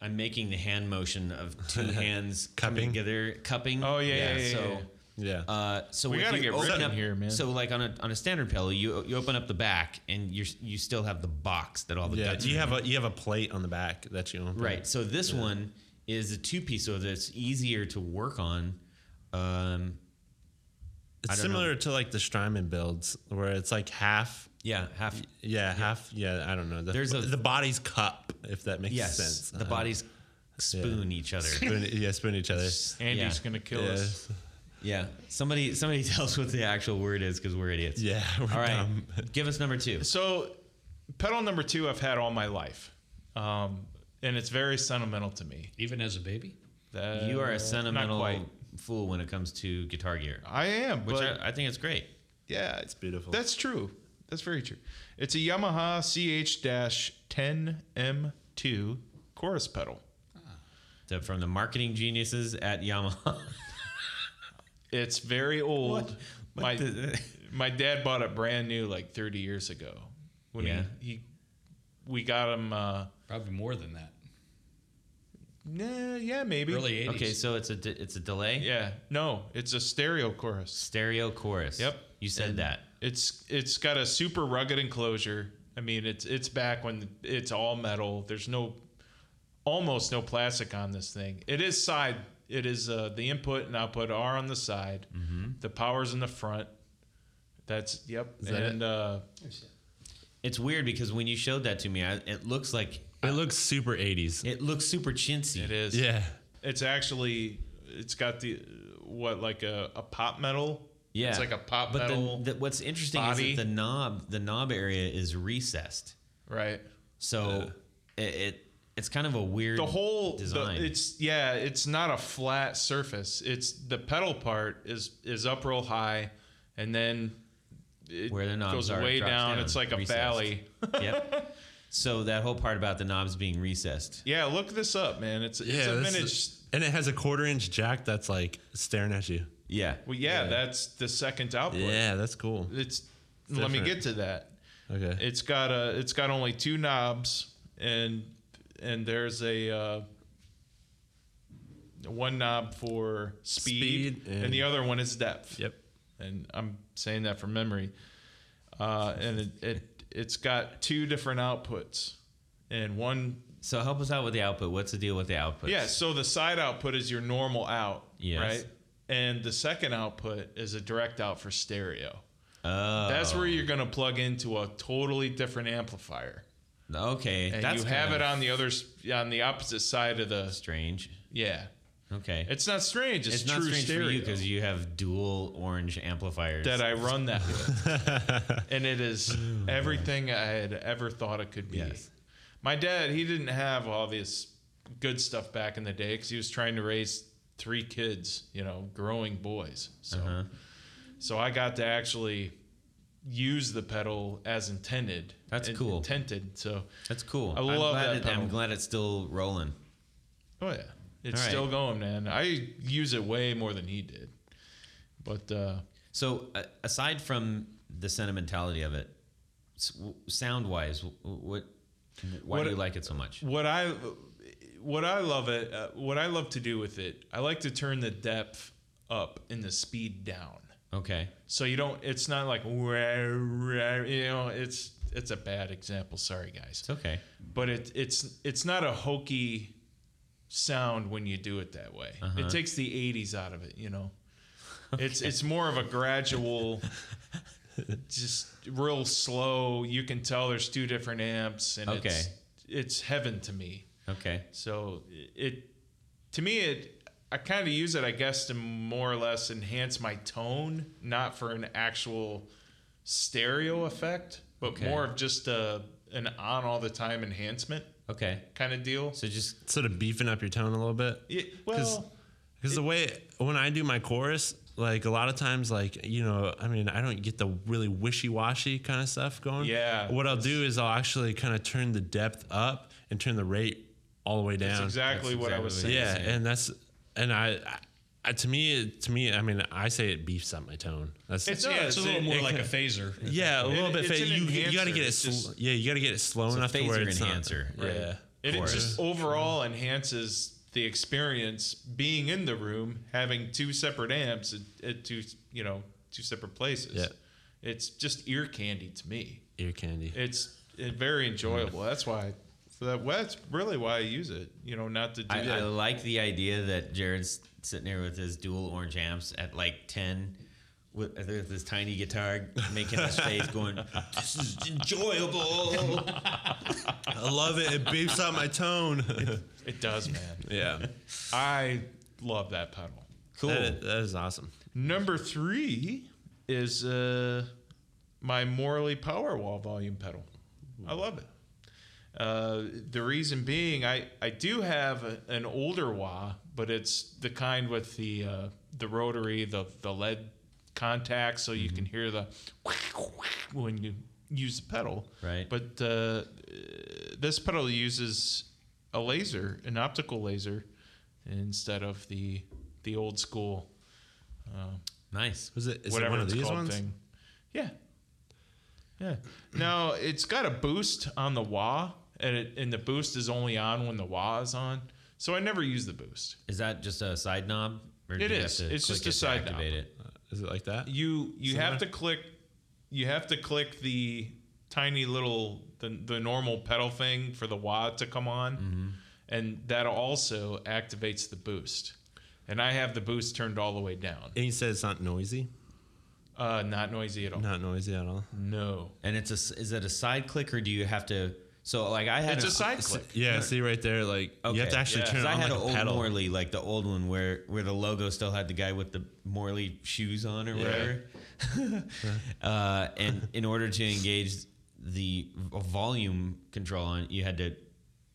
I'm making the hand motion of two hands coming Cupping? together, cupping. Oh, yeah, yeah, yeah, so. yeah, yeah. Yeah. Uh, so We if gotta you get open ripping up, here, man. So like on a on a standard pillow, you you open up the back and you you still have the box that all the yeah. guts. are You in. have a you have a plate on the back that you open. Right. So this one is a two piece, so that's easier to work on. Um, I It's don't know. similar to like the Strymon builds where it's like half. yeah, half. Yeah, half. Yeah, I don't know. The, There's a- the body's cup, if that makes Yes, sense. the Uh, bodies spoon each other. Spoon, yeah, spoon each other. Andy's Yeah. gonna kill Yeah, us. Yeah. Somebody, somebody tell us what the actual word is because we're idiots. yeah. We're All right. Um, dumb. Give us number two. So, pedal number two I've had all my life, um, and it's very sentimental to me. Even as a baby? That- You are a Uh, not sentimental quite. fool when it comes to guitar gear, I am, which but I, I think it's great. yeah, it's beautiful. That's true. That's very true. It's a Yamaha CH-10M2 chorus pedal. The- from the marketing geniuses at Yamaha. It's very old. What my the- my dad bought it brand new like 30 years ago. When Yeah. he, he we got him. Uh, Probably more than that. nah, yeah, maybe. Early 80s. okay, so it's a de- it's a delay Yeah. No, it's a stereo chorus. stereo chorus. Yep. You said that. It's it's got a super rugged enclosure. I mean, it's it's back when it's all metal. There's no almost no plastic on this thing. It is side. It is uh, the input and output are on the side. The power's in the front. That's yep. that and uh, It's weird because when you showed that to me, I, it looks like It looks super 80s. it looks super chintzy. it is. Yeah. It's actually it's got the what like a, a pop metal. Yeah, It's like a pop But metal. the, the, what's interesting body. is that the knob, the knob area is recessed, right. so it, it it's kind of a weird. the whole the- design. it's yeah it's not a flat surface it's the pedal part is is up real high and then it Where the knobs goes are, it way drops down. down, it's like a recessed. valley yep. So that whole part about the knobs being recessed. yeah look this up man it's it's Yeah. a this vintage is- and it has a quarter inch jack that's like staring at you. Yeah. well yeah, that's the second output Yeah, that's cool. it's let me different. get to that Okay. it's got a it's got only two knobs and and there's a uh, one knob for speed, Speed and, and- the other one is depth Yep. and I'm saying that from memory. Uh, and it, it it's got two different outputs, and one So help us out with the output. What's the deal with the output? yeah. So the side output is your normal out, Yes. right? And the second output is a direct out for stereo. Oh. That's where you're gonna plug into a totally different amplifier, Okay. and that's you have kind it of on the other s- on the opposite side of the strange. yeah. Okay. It's not strange. It's, It's true not strange stereo. for you because you have dual orange amplifiers. that I run that with. and it is everything I had ever thought it could be. Yes. My dad, he didn't have all this good stuff back in the day because he was trying to raise three kids, you know, growing boys. So, Uh-huh. so I got to actually use the pedal as intended. That's and cool. Intended. So, That's cool. I I'm love glad that pedal. I'm glad it's still rolling. oh yeah, it's All right. still going, man. I use it way more than he did. But uh, So, uh, aside from the sentimentality of it, s- w- sound-wise, w- w- what why What- do you like it so much? what I what I love it uh, what I love to do with it I like to turn the depth up and the speed down Okay, so you don't it's not like "Wah, rah," you know it's it's a bad example sorry guys it's okay. but it it's it's not a hokey sound when you do it that way it takes the 80s out of it you know it's it's more of a gradual just real slow you can tell there's two different amps and it's Okay. it's heaven to me Okay, so it, to me, it I kind of use it, I guess, to more or less enhance my tone, not for an actual stereo effect, but Okay. more of just a an on all the time enhancement okay. kind of deal. So just Sort of beefing up your tone a little bit. Yeah, 'Cause well, Because the way when I do my chorus, like a lot of times, like you know, I mean, I don't get the really wishy-washy kind of stuff going. Yeah. What I'll do is I'll actually kind of turn the depth up and turn the rate all the way down. That's exactly That's what I exactly was what saying. Yeah, and that's and I, I, I to me it- to me I mean I say it beefs up my tone. That's It's- No, Yeah, it's a little it- more it like can- a phaser. yeah, a little bit. it's fa- an you you got to enhancer, get it. it's Sl- just- yeah, you got to get it slow enough to where phaser it's not- enhancer, right. yeah. It course. just overall enhances the experience being in the room, having two separate amps at, at two, you know, two separate places. Yeah. It's just ear candy to me. Ear candy. It's it, very enjoyable. That's why. So that, well, that's really why I use it. You know, not to do I, I that. like the idea that Jared's sitting there with his dual orange amps at like ten. With with this tiny guitar making his face going, this is enjoyable. I love it. It beefs up my tone. it does, man. yeah, I love that pedal. Cool. That- that is awesome. Number three is uh, my Morley Powerwall volume pedal. I love it. Uh, the reason being, I, I do have a, an older wah, but it's the kind with the uh, the rotary, the the lead contact, so you can hear the when you use the pedal. Right. But uh, this pedal uses a laser, an optical laser, instead of the the old school nice. Was it? Is whatever it one of it's these called ones? thing. Yeah. Yeah. Now it's got a boost on the wah, and it, and the boost is only on when the wah is on. So I never use the boost. Is that just a side knob? Or do It you have is. to It's click just a it to side knob. activate It? Uh, Is it like that? You you have to click you have to click the tiny little the, the normal pedal thing for the wah to come on. Mm-hmm. And that also activates the boost. And I have the boost turned all the way down. And you said it's not noisy. Uh, not noisy at all. Not noisy at all. No. And it's a is it a side click or do you have to? So like I had It's an- a side click. Yeah, see right there, like you have to actually yeah. 'Cause turn it I on had like an old a pedal. Morley, like the old one where where the logo still had the guy with the Morley shoes on or whatever. uh, and in order to engage the v- volume control on, you had to.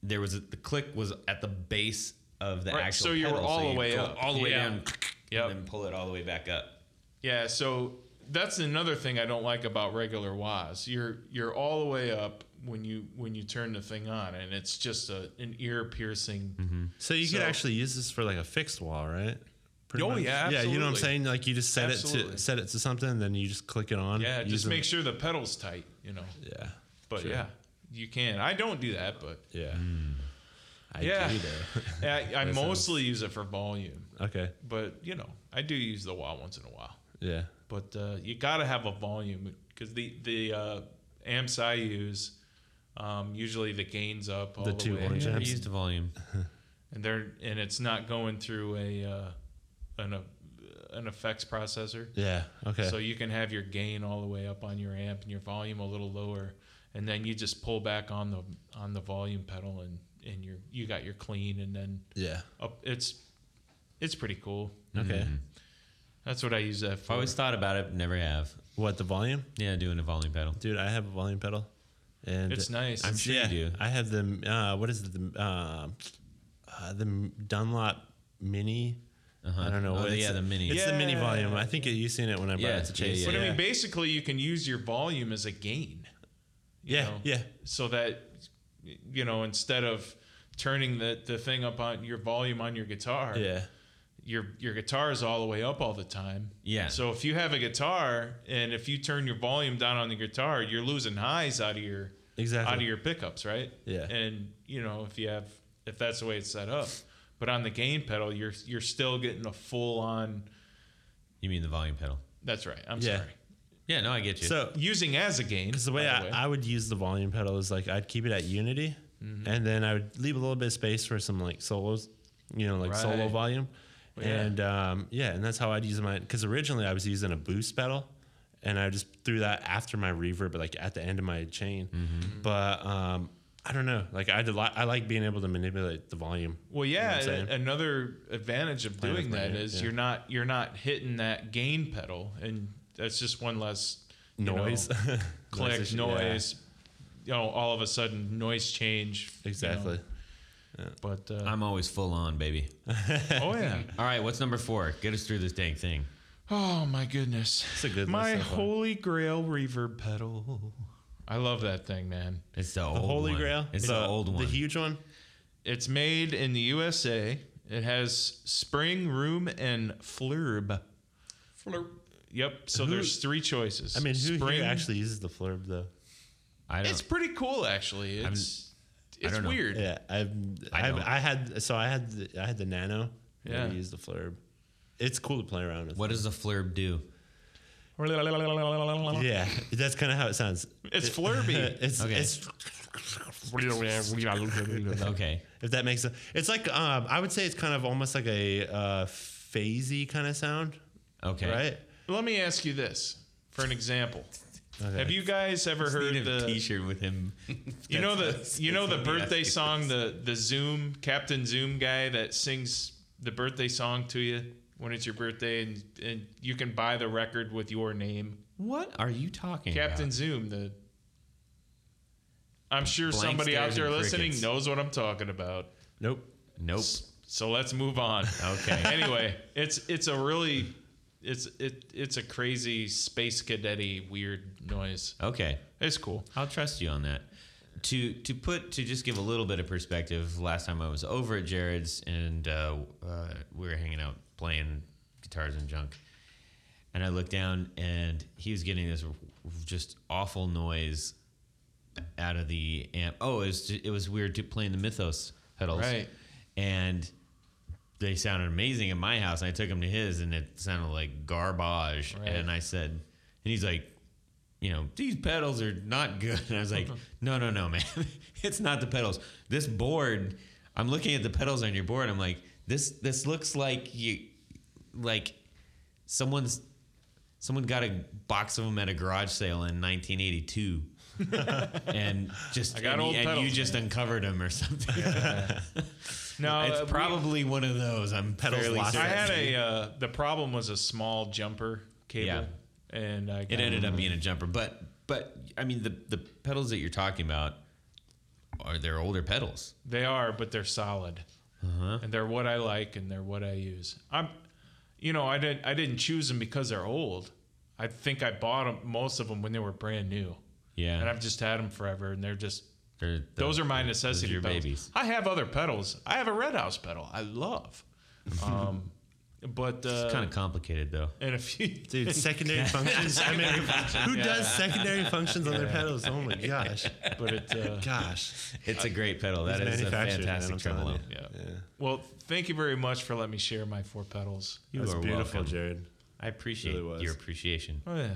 There was a, the click was at the base of the Right, actual. so you were pedal, all the you way go up. all the way Yeah. down, Yep. and then pull it all the way back up. Yeah, so that's another thing I don't like about regular wahs. You're you're all the way up when you when you turn the thing on, and it's just a an ear piercing. So you could So- actually use this for like a fixed wall, right? Pretty Oh, yeah, yeah. You know what I'm absolutely. saying? Like you just set it Absolutely. to set it to something, and then you just click it on. Yeah, use just them- make sure the pedal's tight, you know. Yeah, But sure. yeah, you can. I don't do that, but yeah. Hmm. I Yeah. do though. I, I That sounds- mostly use it for volume. okay. But you know, I do use the wah once in a while. Yeah. but uh, you gotta have a volume because the the uh, amps I use um, usually the gains up all the, The two way, orange Never amps. used the volume. and they're and it's not going through a uh, an uh, an effects processor, Yeah. Okay. so you can have your gain all the way up on your amp and your volume a little lower, and then you just pull back on the on the volume pedal and and you you got your clean and then yeah. Hmm. up it's it's pretty cool. Okay. That's what I use that I for. always thought about it, but never have. What the volume, Yeah, doing a volume pedal. dude? I have a volume pedal, and It's nice. I'm sure yeah, you do. I have the uh, what is it? The uh, uh, the Dunlop Mini. I don't know. Oh, what it's- yeah, the mini. It's the mini Yeah. volume. I think you seen it when I brought Yeah, it to yeah, Chase. yeah, But I mean, basically, you can use your volume as a gain. you Yeah, know? yeah. So that you know, instead of turning the the thing up on your volume on your guitar, Yeah. your your guitar is all the way up all the time. Yeah. So if you have a guitar and if you turn your volume down on the guitar, you're losing highs out of your Exactly. out of your pickups, right? Yeah. And you know, if you have if that's the way it's set up, but on the gain pedal, you're you're still getting a full on. You mean the volume pedal? That's right. I'm Yeah. sorry. Yeah, no, I get you. So Using as a gain. Because the way, by I, I would use the volume pedal is like I'd keep it at unity, Mm-hmm. and then I would leave a little bit of space for some like solos, you know, like solo Right. volume, yeah. and um, yeah, and that's how I'd use my. Because originally I was using a boost pedal, and I just threw that after my reverb, but like at the end of my chain. Mm-hmm. But um, I don't know, like I did, li- I like being able to manipulate the volume. Well, You know what yeah. I'm saying? a- another advantage of Playing doing with my that hand, is yeah. you're not you're not hitting that gain pedal, and that's just one less you know, noise, click issue, yeah. noise. You know, all of a sudden, noise change. you know. Exactly. But uh, I'm always full on, baby. oh yeah. All right, what's number four? Get us through this dang thing. Oh my goodness. It's a good My list so far. holy grail reverb pedal. I love that thing, man. It's the, The old Holy one. Grail. It's the, old one. The huge one. It's made in the USA. It has spring, room, and flurb. Flurb. Yep. So Who- there's three choices. I mean, who spring, here actually uses the flurb though? I don't. It's pretty cool, actually. It's I it's don't know. weird. Yeah, I've, I I, don't. I, had so I had the, I had the Nano. Yeah. Yeah, used the flurb. It's cool to play around with. what does the flurb do? Yeah, that's kind of how it sounds. It's flurby. it's Okay. it's Okay. if that makes sense. It's like um, I would say it's kind of almost like a uh, phasey kind of sound, Okay. right? Let me ask you this for an example. Okay. Have you guys ever heard Need a the T-shirt with him. You know the That's- you know the that's what we birthday asked you. song the the Zoom Captain Zoom guy that sings the birthday song to you when it's your birthday and and you can buy the record with your name. What are you talking Captain about? Zoom the I'm sure Blank somebody out stares there and listening crickets. knows what I'm talking about. Nope. Nope. So let's move on. Okay. anyway, it's it's a really it's it it's a crazy space cadetty weird noise. okay. It's cool. I'll trust you on that. To to put to just give a little bit of perspective, last time I was over at Jared's and uh, uh, we were hanging out playing guitars and junk, and I looked down and he was getting this just awful noise out of the amp. Oh, it was it was weird to playing the Mythos pedals, Right. And they sounded amazing at my house. And I took them to his, and it sounded like garbage. And I said, and he's like, you know, these pedals are not good. And I was like, no, no, no, man, it's not the pedals. This board, I'm looking at the pedals on your board. I'm like, this, this looks like you, like someone's, someone got a box of them at a garage sale in 1982. and just I got and, old you- and you pedals, just uncovered them or something. No, It's uh, we- probably one of those. I'm Pedals fairly lost. certain. I had a uh, the problem was a small jumper cable, and I It ended up being a jumper, but but I mean the the pedals that you're talking about are they're older pedals. They are, but they're solid, Uh-huh. and they're what I like, and they're what I use. I'm, you know, I didn't I didn't choose them because they're old. I think I bought 'em- most of them when they were brand new, Yeah, and I've just had them forever, and they're just. They're- they're- Those are my those necessity your pedals. babies. I have other pedals. I have a Red House pedal. I love, um, but uh, It's kind of complicated though. and a few Dude, secondary functions. I mean, who does secondary functions on their pedals? Oh my gosh. but it uh, Gosh. It's a great pedal. That is a manufactured, man, fantastic I'm tremolo. telling you. yeah. Well, thank you very much for letting me share my four pedals. You That's are beautiful, welcome. Jared. I appreciate Really was. your appreciation. Oh yeah.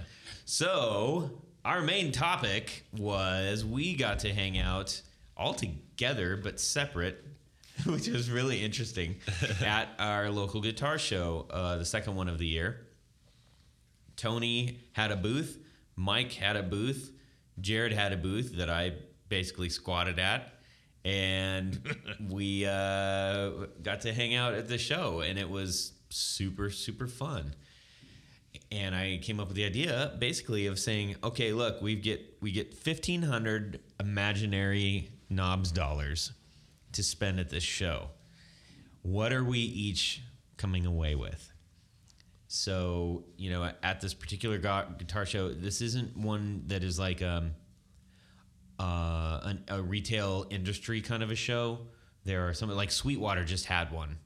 So our main topic was we got to hang out all together but separate, which was really interesting at our local guitar show, uh, the second one of the year. Tony had a booth, Mike had a booth, Jared had a booth that I basically squatted at, and we uh, got to hang out at the show, and it was super super fun. And I came up with the idea basically of saying, okay, look, we get we get fifteen hundred imaginary knobs dollars to spend at this show. What are we each coming away with? So, you know, at this particular gu- guitar show, this isn't one that is like um, uh, an, a retail industry kind of a show. There are some, like Sweetwater just had one.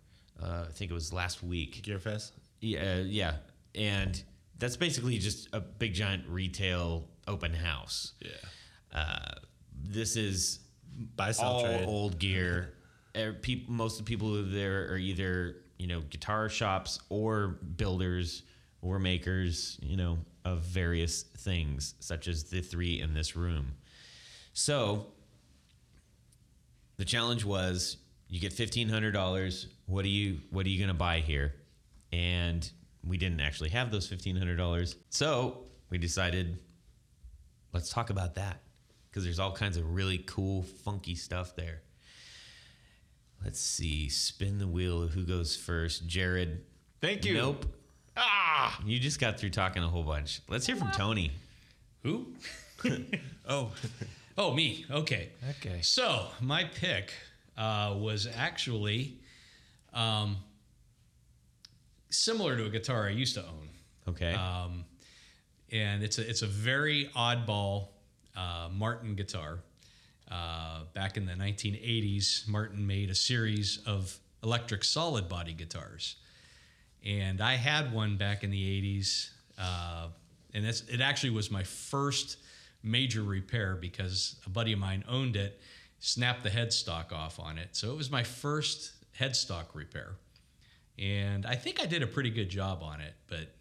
Uh, I think it was last week. Gearfest. Yeah, uh, yeah. And that's basically just a big giant retail open house. Yeah. Uh, this is Buy sell all trade. old gear. Er, peop- most of the people who are there are either you know guitar shops or builders or makers, you know, of various things, such as the three in this room. So the challenge was you get fifteen hundred dollars. What are you what are you gonna buy here? And we didn't actually have those fifteen hundred dollars. So we decided let's talk about that. Because there's all kinds of really cool, funky stuff there. Let's see. Spin the wheel. Who goes first? Jared. Thank you. Nope. Ah! You just got through talking a whole bunch. Let's hear from Tony. Who? oh, Oh, me. Okay. Okay. So my pick uh, was actually um, similar to a guitar I used to own. Okay. Um, and it's a it's a very oddball uh, Martin guitar. Uh, back in the 1980s, Martin made a series of electric solid body guitars, and I had one back in the 80s. Uh, and that's it. Actually, was my first major repair because a buddy of mine owned it, snapped the headstock off on it, so it was my first headstock repair. And I think I did a pretty good job on it, but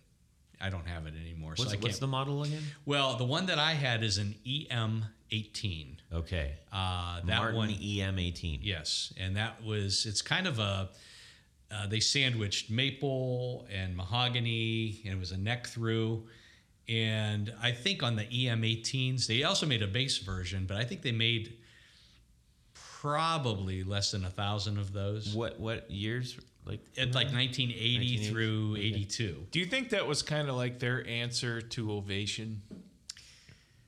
I don't have it anymore. so what's, I can't. what's the model again? Well, the one that I had is an EM18. Okay. Uh, that Martin E one, EM18. yes, and that was it's kind of a uh, they sandwiched maple and mahogany, and it was a neck through. And I think on the EM18s, they also made a bass version, but I think they made probably less than a thousand of those. What what years? Like At like 1980 1980s? through 82. Do you think that was kind of like their answer to Ovation,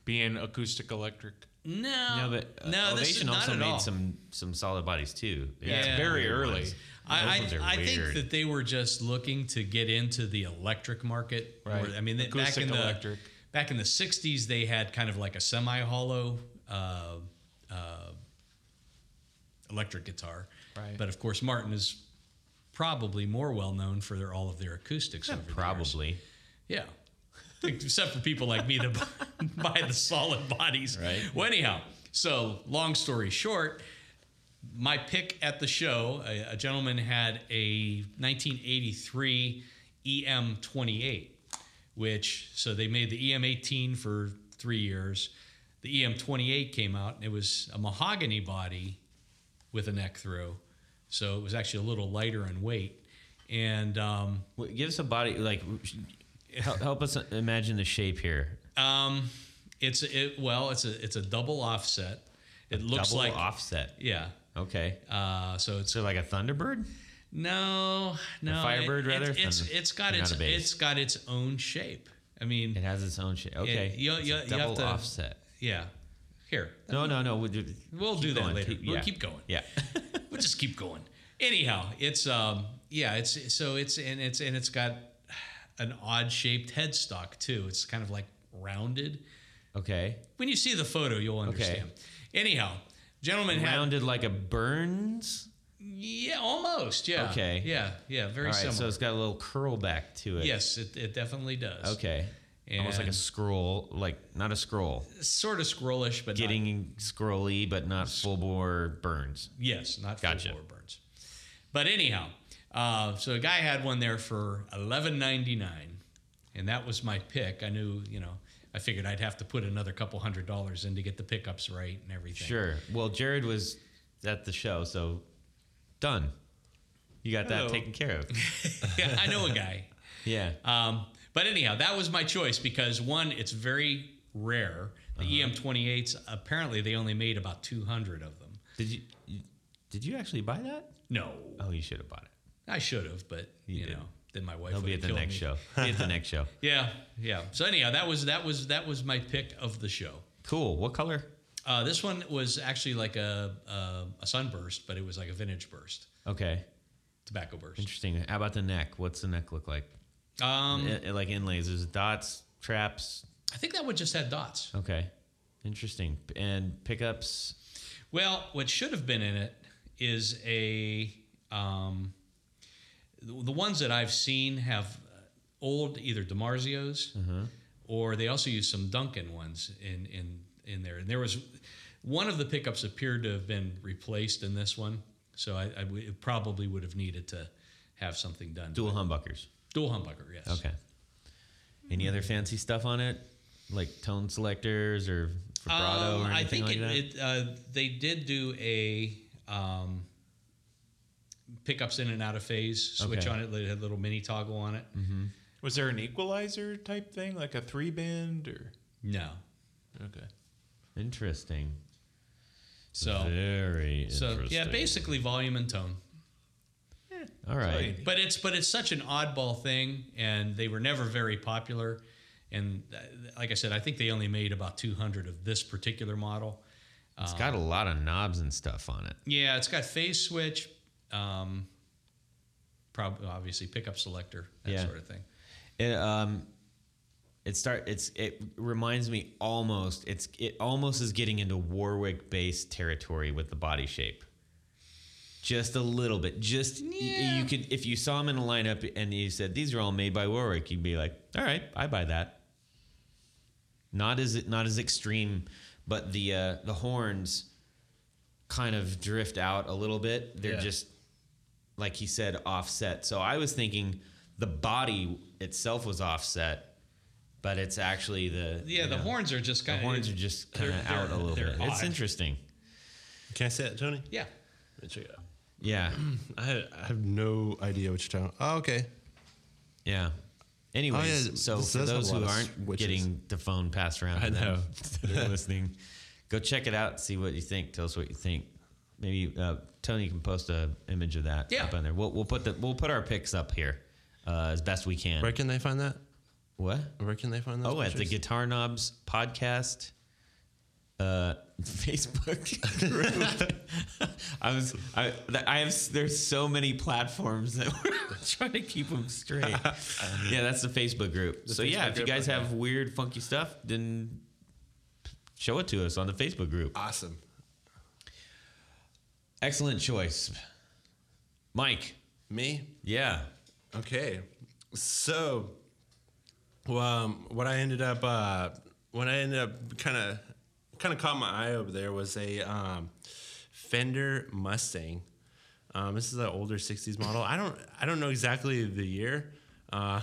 being acoustic electric? No, no, but uh, Um, no, this is Ovation not also at made all. some some solid bodies too. They Yeah. had some Very weird early. ones. Those I, ones are I, I think weird. that they were just looking to get into the electric market. Right. Or- I mean, that back Acoustic in the electric. back in the '60s, they had kind of like a semi-hollow uh, uh, electric guitar. Right. But of course, Martin is probably more well known for their, all of their acoustics. over the years. probably. Yeah. Except for people like me that bu- buy the solid bodies. Right. Well, anyhow, so long story short, my pick at the show, a, a gentleman had a 1983 EM28, which, so they made the EM18 for three years. The EM28 came out, and it was a mahogany body with a neck through. So it was actually a little lighter in weight. And, um, Wait, Give us a body like help, help us imagine the shape here. Um, it's it well, it's a it's a double offset. It looks Double like offset. yeah. Okay. Uh, so it's So like a Thunderbird? no no it- Firebird, it- rather? It's Thunder- it's got they're its not a base. it's got its own shape. I mean It has its own shape. Okay. you- It's you- a you have double to- offset. yeah. Here No, no, no. We'll, do- we'll keep do that going. later. Keep- We'll yeah. keep going. Yeah. we'll just keep going. Anyhow, it's um yeah, it's so it's and it's and it's got an odd shaped headstock too. It's kind of like rounded. okay. When you see the photo, you'll understand. Anyhow, gentleman had Rounded like a Burns. Yeah, almost. Yeah. Okay. Yeah, yeah, very All right. So similar. it's got a little curl back to it. yes, it, it definitely does. Okay. Almost like a And- scroll, like not a scroll, Sort of scrollish, but not, getting scrolly, but not full bore burns. yes, not full Gotcha. bore burns. But anyhow, uh, so a guy had one there for eleven ninety nine, and that was my pick. I knew, you know, I figured I'd have to put another couple hundred dollars in to get the pickups right and everything. Sure. Well, Jared was at the show, so done. You got that Hello. taken care of. yeah, I know a guy. yeah. Um, but anyhow, that was my choice because one, it's very rare. The Uh-huh. EM28s apparently they only made about 200 of them. Did you, you did you actually buy that? No, Oh, you should have bought it. I should have, but you, did. know, then my wife He'll would be have at the killed next me. show. Be at the next show. Yeah, yeah. So anyhow, that was that was that was my pick of the show. Cool. What color? Uh, this one was actually like a, a a sunburst, but it was like a vintage burst, Okay. tobacco burst. Interesting. How about the neck? What's the neck look like? Um, I- I like inlays. There's dots, traps. I think that one just had dots. Okay. Interesting. And pickups. Well, what should have been in it is a um, the the ones that I've seen have uh, old either Demarzios Mm-hmm. or they also use some Duncan ones in in in there. And there was one of the pickups appeared to have been replaced in this one, so I, I w- it probably would have needed to have something done. Dual humbuckers. Dual humbucker, yes. Okay. Any other fancy stuff on it? Like tone selectors or vibrato Um, or I anything think like it, it, uh, they did do a um, pickups in and out of phase switch Okay. Mm. on it. They had a little mini toggle on it. Was there an equalizer type thing, like a three band or? No, Okay. that? Interesting. so Very so interesting. yeah, basically volume and tone. All right. But it's but it's such an oddball thing, and they were never very popular. And uh, like I said, I think they only made about 200 of this particular model. It's got a lot of knobs and stuff on it. Yeah, it's got phase switch, um, probably obviously pickup selector, that Yeah. sort of thing. It um, it start. It's it reminds me almost. It's it almost is getting into Warwick based territory with the body shape. Just a little bit. Just y- you could if you saw them in a lineup and you said these are all made by Warwick, you'd be like, all right, I buy that. Not as not as extreme, but the uh, the horns kind of drift out a little bit. They're Yeah. just like he said, offset. So I was thinking the body itself was offset, but it's actually the Yeah, you the know, horns are just the kind of horns are just kind they're- of out a they're- little they're bit. It's odd. interesting. Can I say that, Tony? yeah. Let me check it out. Yeah, I, I have no idea what you're talking. Oh, okay. yeah. Anyways, Oh, yeah, so this for does have those a lot who of aren't switches. getting the phone passed around, I to them know. that are listening, go check it out. See what you think. Tell us what you think. Maybe uh, Tony can post a image of that Yeah. up on there. We'll, we'll put the we'll put our pics up here uh, as best we can. Where can they find that? What? Where can they find that? Oh, at the Guitar Knobs podcast uh, Facebook group. I was, I, th- I have, s- there's so many platforms that we're trying to keep them straight. yeah, that's the Facebook group. so, yeah, if Facebook you group, guys okay. have weird, funky stuff, then show it to us on the Facebook group. awesome. Excellent choice. Mike. Me? Yeah. Okay. So, well, um, what I ended up, uh, what I ended up kind of, kind of caught my eye over there was a um, Fender Mustang. Um, this is an older '60s model. I don't, I don't know exactly the year. Um,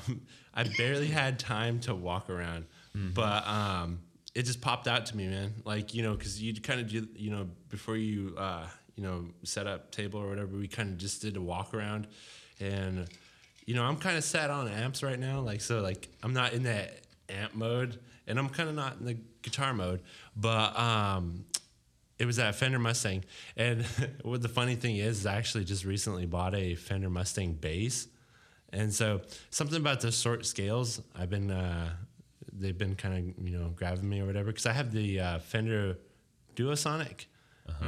I barely had time to walk around, but um, it just popped out to me, man. Like you know, because you kind of do, you know, before you, uh, you know, set up table or whatever, we kind of just did a walk around, and you know, I'm kind of sat on amps right now, like so, like I'm not in that amp mode, and I'm kind of not in the guitar mode, but um, it was that Fender Mustang. And what the funny thing is, is I actually just recently bought a Fender Mustang bass. And so something about the short scales, I've been, uh, they've been kind of, you know, grabbing me or whatever. Cause I have the uh, Fender Duosonic,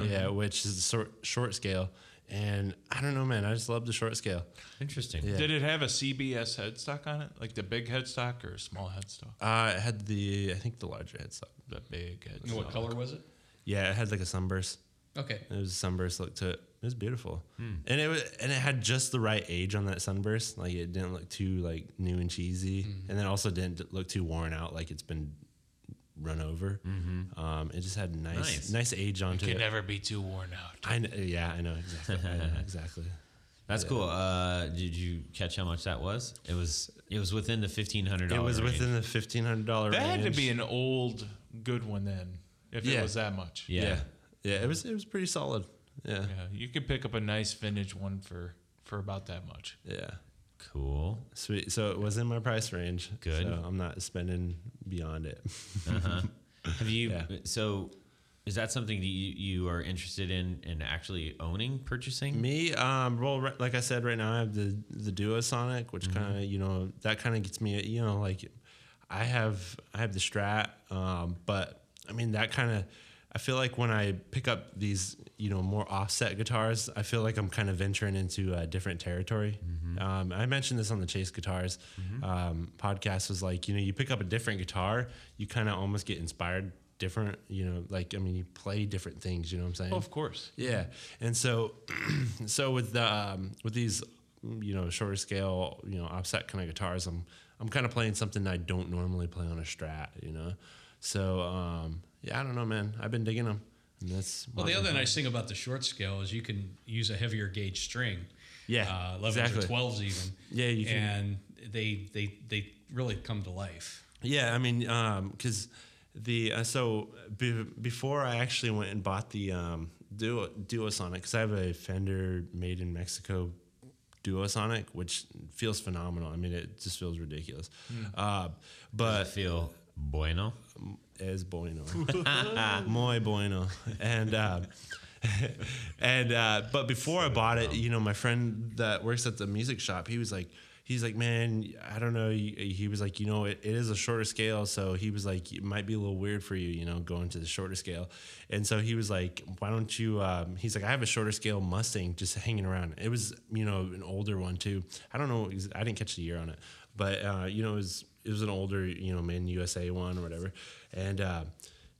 yeah, which is the short, short scale. And I don't know, man, I just love the short scale. Interesting. Yeah. Did it have a CBS headstock on it, like the big headstock or a small headstock? Uh, it had the, I think the larger headstock, The big headstock. And what color was it? yeah, it had like a sunburst. Okay. It was a sunburst look to it. It was beautiful, and it was and it had just the right age on that sunburst. Like it didn't look too like new and cheesy, and then also didn't look too worn out, like it's been run over. Um, it just had nice Nice. nice, age onto Can it. never be too worn out. I kn- yeah, I know exactly. I know exactly. That's cool. Uh, did you catch how much that was? It was it was within the fifteen hundred It dollars. was within the fifteen hundred dollar. That had to be an old good one then, if Yeah. it was that much. yeah. yeah, yeah. It was it was pretty solid. Yeah, Yeah, you could pick up a nice vintage one for for about that much. yeah. Cool. Sweet. So it was in my price range. Good. So I'm not spending beyond it. Uh-huh. Have you Yeah. so is that something that you, you are interested in in actually owning, purchasing? Me, um, well, ri- like I said, right now I have the the Duosonic, which kind of you know that kind of gets me, you know, like I have I have the Strat, um, but I mean that kind of I feel like when I pick up these you know more offset guitars, I feel like I'm kind of venturing into a different territory. Um, I mentioned this on the Chase Guitars um, podcast was like you know you pick up a different guitar, you kind of almost get inspired different, you know, like I mean you play different things, you know what I'm saying? Of course. Yeah, and so, so with the um, with these, you know, shorter scale, you know, offset kind of guitars, I'm I'm kind of playing something I don't normally play on a Strat, you know. So um, yeah, I don't know, man. I've been digging them. And that's Well, the what- other nice thing about the short scale is you can use a heavier gauge string. Yeah, uh, 11s or exactly. 12s even. Yeah, you can- And they they they really come to life. Yeah, I mean, because the uh, so be- before I actually went and bought the um, Duo Duosonic, because I have a Fender made in Mexico Duosonic, which feels phenomenal. I mean, it just feels ridiculous. Hmm. Uh, I but feel bueno. es bueno, muy bueno, and uh, and uh, but before I bought it, you know, my friend that works at the music shop, he was like, he's like, man, I don't know. He he was like, you know, it, it is a shorter scale, so he was like, it might be a little weird for you, you know, going to the shorter scale. And so he was like, why don't you? Um, he's like, I have a shorter scale Mustang just hanging around. It was, you know, an older one too. I don't know. ex- I didn't catch the year on it, but uh, you know, it was it was an older, you know, Man USA one or whatever, and. Uh,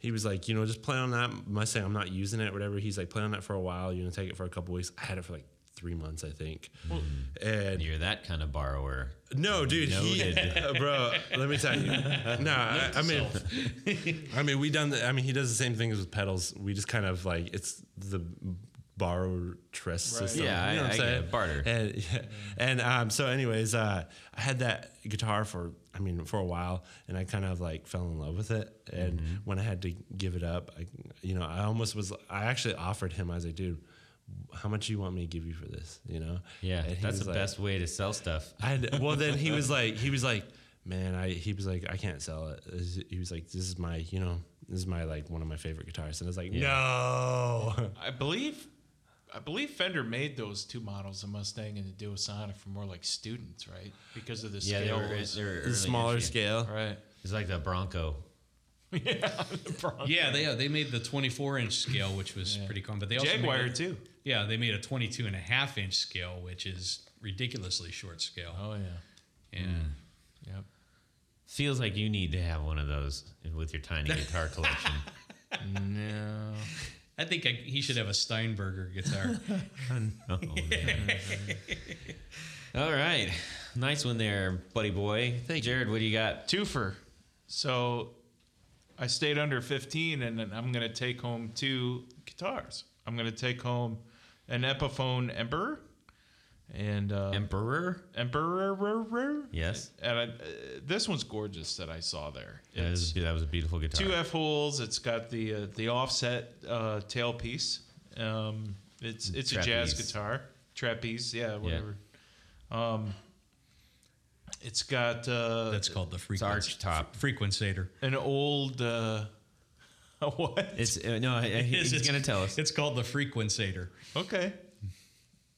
he was like, you know, just play on that Mustang. I'm not using it, whatever. He's like, play on that for a while. You know, take it for a couple weeks. I had it for like three months, I think. and You're that kind of borrower. no, dude, he, Noted. bro. Let me tell you. No, I, I mean, I mean, we done. The, I mean, he does the same thing as with pedals. We just kind of like it's the borrow trust system. Yeah, you know I- what I get am saying? it, barter. And yeah. and um, so, anyways, uh, I had that guitar for I mean for a while, and I kind of like fell in love with it. And Mm-hmm. when I had to give it up, I you know I almost was. I actually offered him. I was like, dude. How much do you want me to give you for this? You know, Yeah, And he that's was the like- best way to sell stuff. I had, well, then he was like, he was like, man, I, he was like, I can't sell it. This is- He was like, this is my, you know, this is my, like one of my favorite guitars. And I was like, no. I believe, I believe Fender made those two models, the Mustang and the Duosonic, for more like students, right? Because of the Yeah, they scale. were, they were early The smaller issue. scale. right. It's like the Bronco. Yeah, they uh, they made the 24 inch scale, which was pretty common. But they also made Jaguar it- too. Yeah, they made a 22 and a half inch scale, which is ridiculously short scale. Oh Yeah. yeah. Yep. Feels like you need to have one of those with your tiny guitar collection. No. I think I, he should have a Steinberger guitar. Oh, man. All right. Nice one there, buddy boy. Thank Jared, what do you got? Twofer. So I stayed under 15, and then I'm going to take home two guitars. I'm going to take home an Epiphone Emperor and uh, Emperor? Emperor. Yes. And I, uh, this one's gorgeous that I saw there. That was, It's- that was a beautiful guitar. two F holes. It's got the uh, the offset uh, tailpiece. Um, it's it's a jazz Trapeze. guitar, trapeze, yeah, whatever. Um, it's got uh, That's called the arch frequency top. frequensator. an old uh, what? It's uh, no, I- I- It's- he's it's- going to tell us. It's called the frequensator. Okay,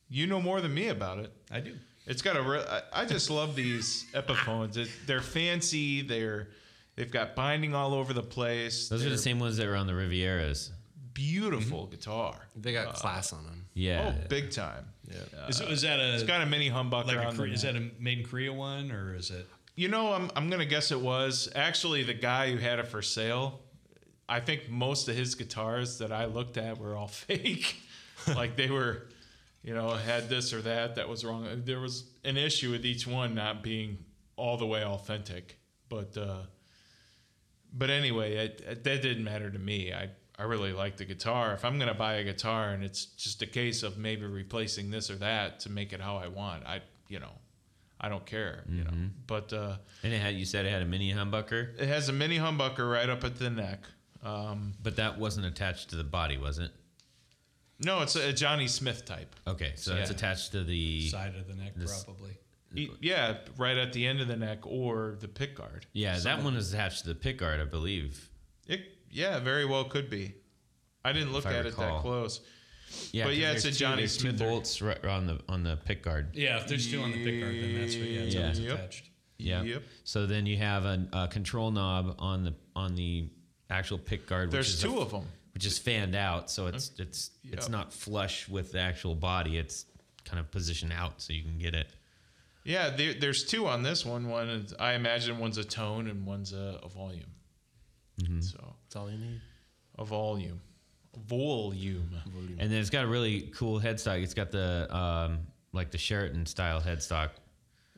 you know more than me about it. I do. It's got a. Re- I, I just love these Epiphones. It, they're fancy. They're they've got binding all over the place. Those are the They're same ones that were on the Rivieras. beautiful guitar. They got class on them. Yeah. Oh, big time. Is, is that a It's got a mini humbucker like a on Kore- the is that a made in Korea one or is it? You know, I'm, I'm going to guess it was actually the guy who had it for sale. I think most of his guitars that I looked at were all fake. like they were, you know, had this or that that was wrong. There was an issue with each one not being all the way authentic. But uh, but anyway, it, it- that didn't matter to me. I I really like the guitar. If I'm going to buy a guitar and it's just a case of maybe replacing this or that to make it how I want, I you know, I don't care. You know, but. Uh, And it had you said it had a mini humbucker, it has a mini humbucker right up at the neck. Um, but that wasn't attached to the body, was it? no, it's a, Johnny Smith type. Okay, so it's Yeah. attached to the Side of the neck, This- probably. E- yeah, right at the end of the neck or the pick guard. Yeah, that one is attached to the pickguard, I believe. It, yeah, very well could be. I didn't look I at it recall. that close. Yeah, But 'cause yeah, it's there's a two- Johnny there's Smither. Two bolts right on the on the pickguard. Yeah, if there's two on the pick guard, then that's what. Yeah, it's Yeah. always Yep. attached. Yeah. Yep. So then you have a, a control knob on the on the actual pick guard. which There's is two a- of them. which is fanned out, so it's it's it's Yeah. not flush with the actual body. It's kind of positioned out, so you can get it. Yeah, there, there's two on this one. One, is, I imagine, one's a tone and one's a, a volume. Mm-hmm. So That's all you need. a volume, volume. And then it's got a really cool headstock. It's got the um like the Sheraton style headstock,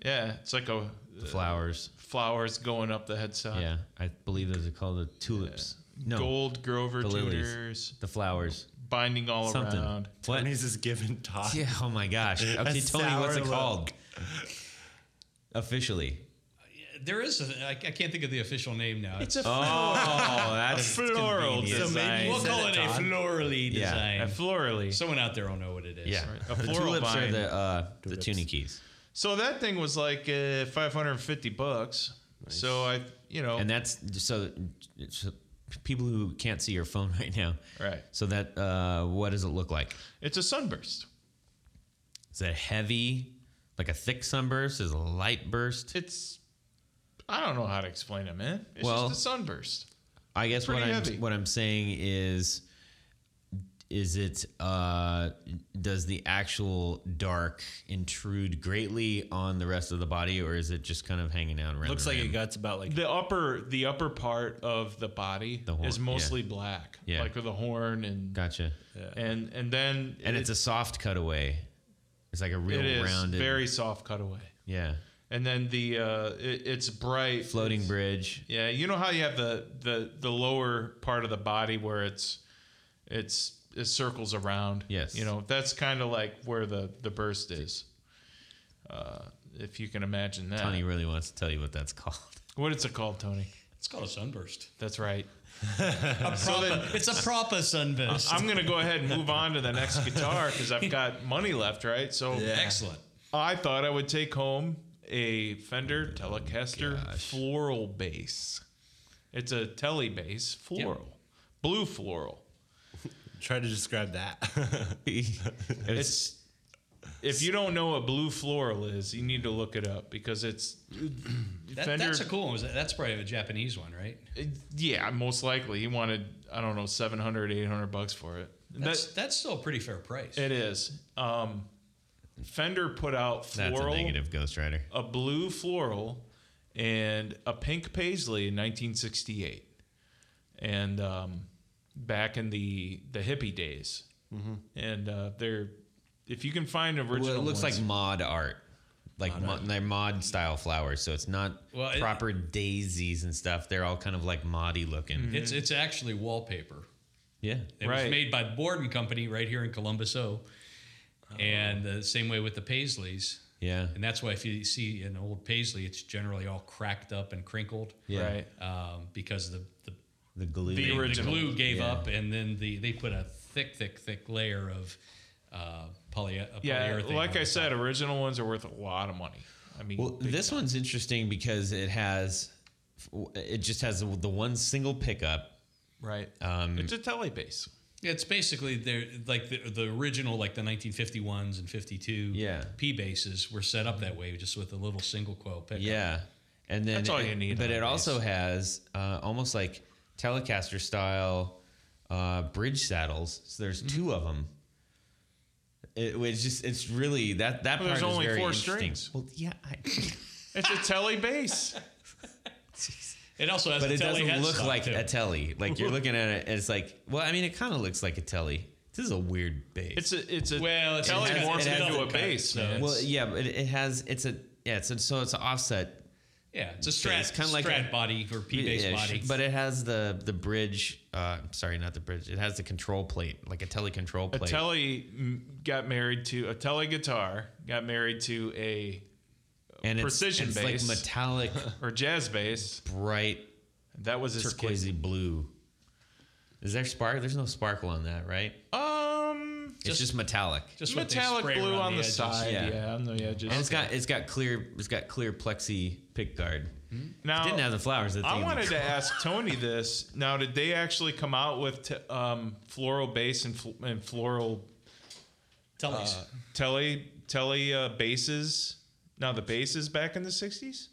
Yeah, it's like a the flowers. flowers going up the headstock. yeah, I believe those are called the tulips. No, uh, Gold Grover the lilies. Tudors, the flowers. binding all Something. around. What? Tony's just giving talk. Yeah. Oh my gosh. Okay, Tony, what's sour it look. called? Officially. There is. A, I, I can't think of the official name now. It's, Oh, that's floral convenient. design. we'll call it a florally Yeah, design. A florally. Someone out there will know what it is. Yeah. A The floral tulips are vine. the uh, the tunikeys, So that thing was like uh, 550 bucks. So I, you know, and that's so, so people who can't see your phone right now. Right. So that uh, what does it look like? it's a sunburst. Is that heavy Like a thick sunburst is a light burst. It's I don't know how to explain it, man. It's Well- just a sunburst. I guess what pretty I'm heavy. what I'm saying is is it uh does the actual dark intrude greatly on the rest of the body or is it just kind of hanging out around? Looks and like it around? guts about like The upper the upper part of the body The horn, is yeah. mostly black. Yeah. Like with a horn and uh, Gotcha. and and then And it's it- a soft cutaway. It's like a real it is rounded very soft cutaway. yeah, And then the uh it, it's bright floating it's- bridge. Yeah, you know how you have the the the lower part of the body where it's it's it circles around. Yes. You know, that's kind of like where the the burst is. Uh, if you can imagine that. Tony really wants to tell you what that's called. What is it called, Tony? It's called a sunburst. That's right. Propa- it's a proper sunburst. I'm going to go ahead and move on to the next guitar cuz I've got money left, right? So Excellent. I thought I would take home a Fender Telecaster floral bass. It's a tele bass, floral. Blue floral. try to describe that. It's if you don't know what blue floral is, you need to look it up because it's That, Fender. That's a cool one. Was that- That's probably a Japanese one, right? yeah, most likely he wanted I don't know 700 800 bucks for it. That's That that's still a pretty fair price. it is. Um Fender put out That's floral, a negative Ghost Rider. a blue floral and a pink paisley in 1968. And um back in the the hippie days. And uh they're if you can find original Mm-hmm. Well, it looks ones- like mod art. Like mod they're mod style flowers, so it's not Well, it- proper daisies and stuff. They're all kind of like moddy looking. Mm. It's it's actually wallpaper. Yeah, It Right. was made by Board and Company right here in Columbus, O. And Oh. the same way with the paisleys. yeah, And that's why if you see an old paisley, it's generally all cracked up and crinkled. yeah. right. Um, because the, the, The glue. The the original. glue gave Yeah. up, and then the they put a thick, thick, thick layer of uh, poly, uh, Yeah, polyurethane. like on I it. said, original ones are worth a lot of money. I mean, well, big this time. one's interesting because it has, it just has the one single pickup. right? Um, it's a tele bass. It's basically they're like the, the original, like the 1951s and 52 Yeah. P bases were set up that way, just with a little single coil pickup. Yeah, and then That's all it- you need But on it a also has uh, almost like Telecaster style uh, bridge saddles. So there's two of them. It was just it's really that that Well, part there's is only very four interesting. strings. Well, yeah, I, It's a tele bass. It also has, but a it telly doesn't head look stock, like too. a telly. Like you're looking at it, and it's like well, I mean, it kind of looks like a telly. This is a weird bass. It's a it's a Well, it's tele got- it morphed has into double a cut, bass. so man. well, yeah, but it, it has it's a yeah, it's a, so it's an offset yeah, it's a strat, It's kinda strat like a- body or P base Yeah, body. But it has the the bridge. Uh, sorry, not the bridge. It has the control plate, like a tele control a plate. tele m- got married to a tele guitar. Got married to a and it's- precision it's, bass. like metallic, or jazz bass. bright, That was his kid. turquoisey blue. Is there spark? There's no sparkle on that, right? Oh, Um, it's just metallic. just what they metallic spray blue around on the, edges. side. Yeah. Yeah, on the edges. and it's got it's got clear it's got clear plexi pick guard. now Didn't have the flowers. That Oh, I wanted to ask Tony this. Now, did they actually come out with t- um, floral bass and, fl- and floral uh, Tellies. tele tele uh, basses? Now the basses back in the '60s.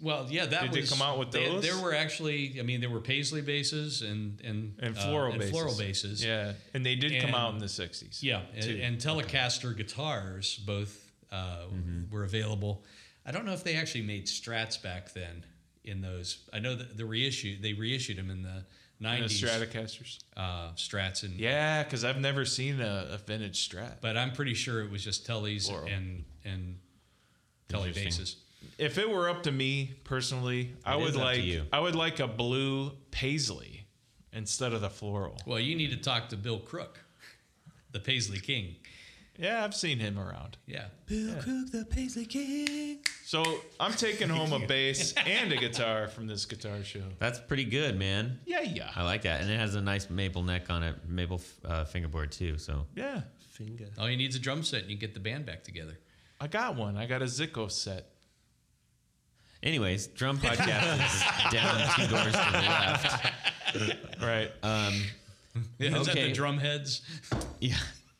well, yeah, that Did they was. come out with they- those? There were actually, I mean, there were paisley bases and and and uh, floral and bases. floral bases. Yeah, and they did come And- out in the '60s. Yeah, and, and Telecaster guitars both uh, Mm-hmm. were available. I don't know if they actually made Strats back then in those. I know that the reissue they reissued them in the and the nineties Stratocasters. uh, Strats and Yeah, because I've never seen a, a vintage Strat. But I'm pretty sure it was just Tellies and and Telly Interesting. bases. If it were up to me personally, I It is would up to like you. I would like a blue paisley instead of the floral. Well, you need to talk to Bill Crook, the Paisley King. Yeah, I've seen him around. Yeah, So I'm taking home a bass and a guitar from this guitar show. That's pretty good, man. Yeah, yeah, I like that, and it has a nice maple neck on it, maple f- uh, fingerboard too. So yeah. Finger. all you need is a drum set, and you get the band back together. I got one. I got a Zico set. Anyways, drum podcast is down two doors to the left. Right. Is that Okay. the drum heads? Yeah.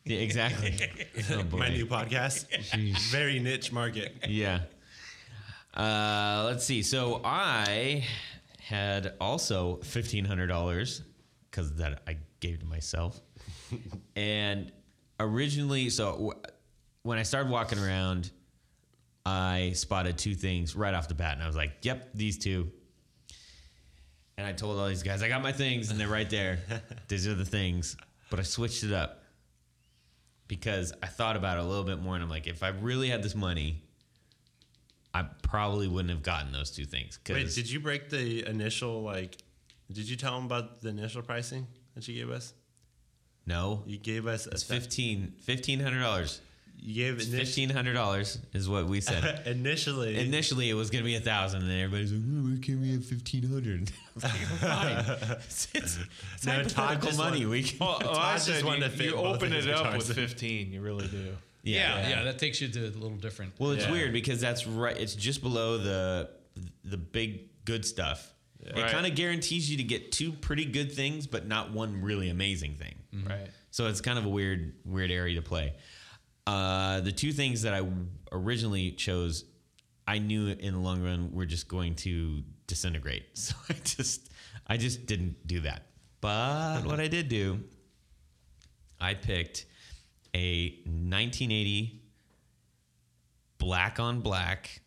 Yeah, exactly. Oh, boy. My new podcast. Very niche market. yeah. Uh, let's see. So I had also fifteen hundred dollars because that I gave to myself, and originally, so w- when I started walking around, I spotted two things right off the bat, and I was like, "Yep, these two. And I told all these guys, "I got my things, and they're right there. these are the things." But I switched it up because I thought about it a little bit more, and I'm like, if I really had this money, I probably wouldn't have gotten those two things. 'cause- Wait, did you break the initial like? Did you tell them about the initial pricing that you gave us? no, You gave us a it's thou- fifteen fifteen hundred dollars. You gave init- Fifteen hundred dollars is what we said. initially. Initially, it was gonna be a thousand, and everybody's like, "Oh, "Why can't we have fifteen hundred? It's, it's, it's No, Todd hypothetical just money. wanted- We can, Well, Oh, I just said wanted you, to fit you both open his it up guitars with in. 15. You really do. Yeah, yeah, that takes you to a little different. Well, it's Yeah. weird because that's right. It's just below the the big good stuff. It Right. kind of guarantees you to get two pretty good things, but not one really amazing thing. Right. So it's kind of a weird weird area to play. Uh, the two things that I originally chose, I knew in the long run were just going to disintegrate. So I just I just didn't do that. But what I did do, I picked a 1980 black on black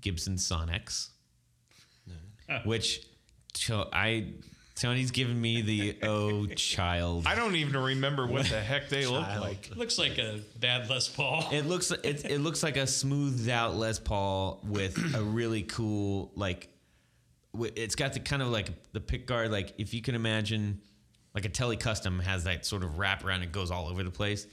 Gibson Sonics, which to- I Tony's given me the oh child. I don't even remember what the heck they look Child. like. Looks like a bad Les Paul. It looks it, it looks like a smoothed out Les Paul with a really cool like. wi- It's got the kind of like the pick guard like if you can imagine, like a Tele Custom has that sort of wrap around it goes all over the place.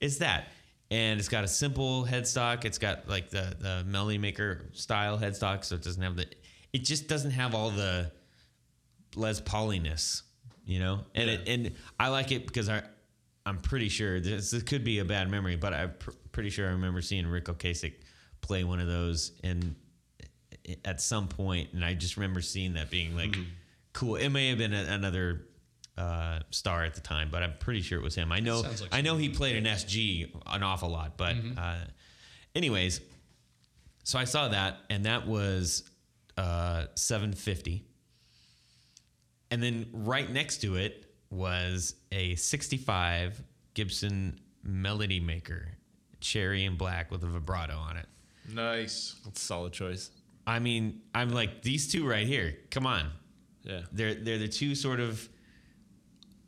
It's that, and it's got a simple headstock. It's got like the the Melody Maker style headstock, so it doesn't have the. It just doesn't have all the Les Pauliness, you know, and it, and I like it because I I'm pretty sure this, this could be a bad memory, but I'm pr- pretty sure I remember seeing Rick Ocasek play one of those and at some point, and I just remember seeing that being like Mm-hmm. cool. It may have been a, another uh, star at the time, but I'm pretty sure it was him. I know Sounds like Mm-hmm. I know he played an SG an awful lot, but uh, anyways, so I saw that, and that was uh, 750. And then right next to it was a 65 Gibson Melody Maker, cherry and black with a vibrato on it. Nice. It's a solid choice. I mean, I'm like these two right here. Come on, Yeah. they're they're the two sort of,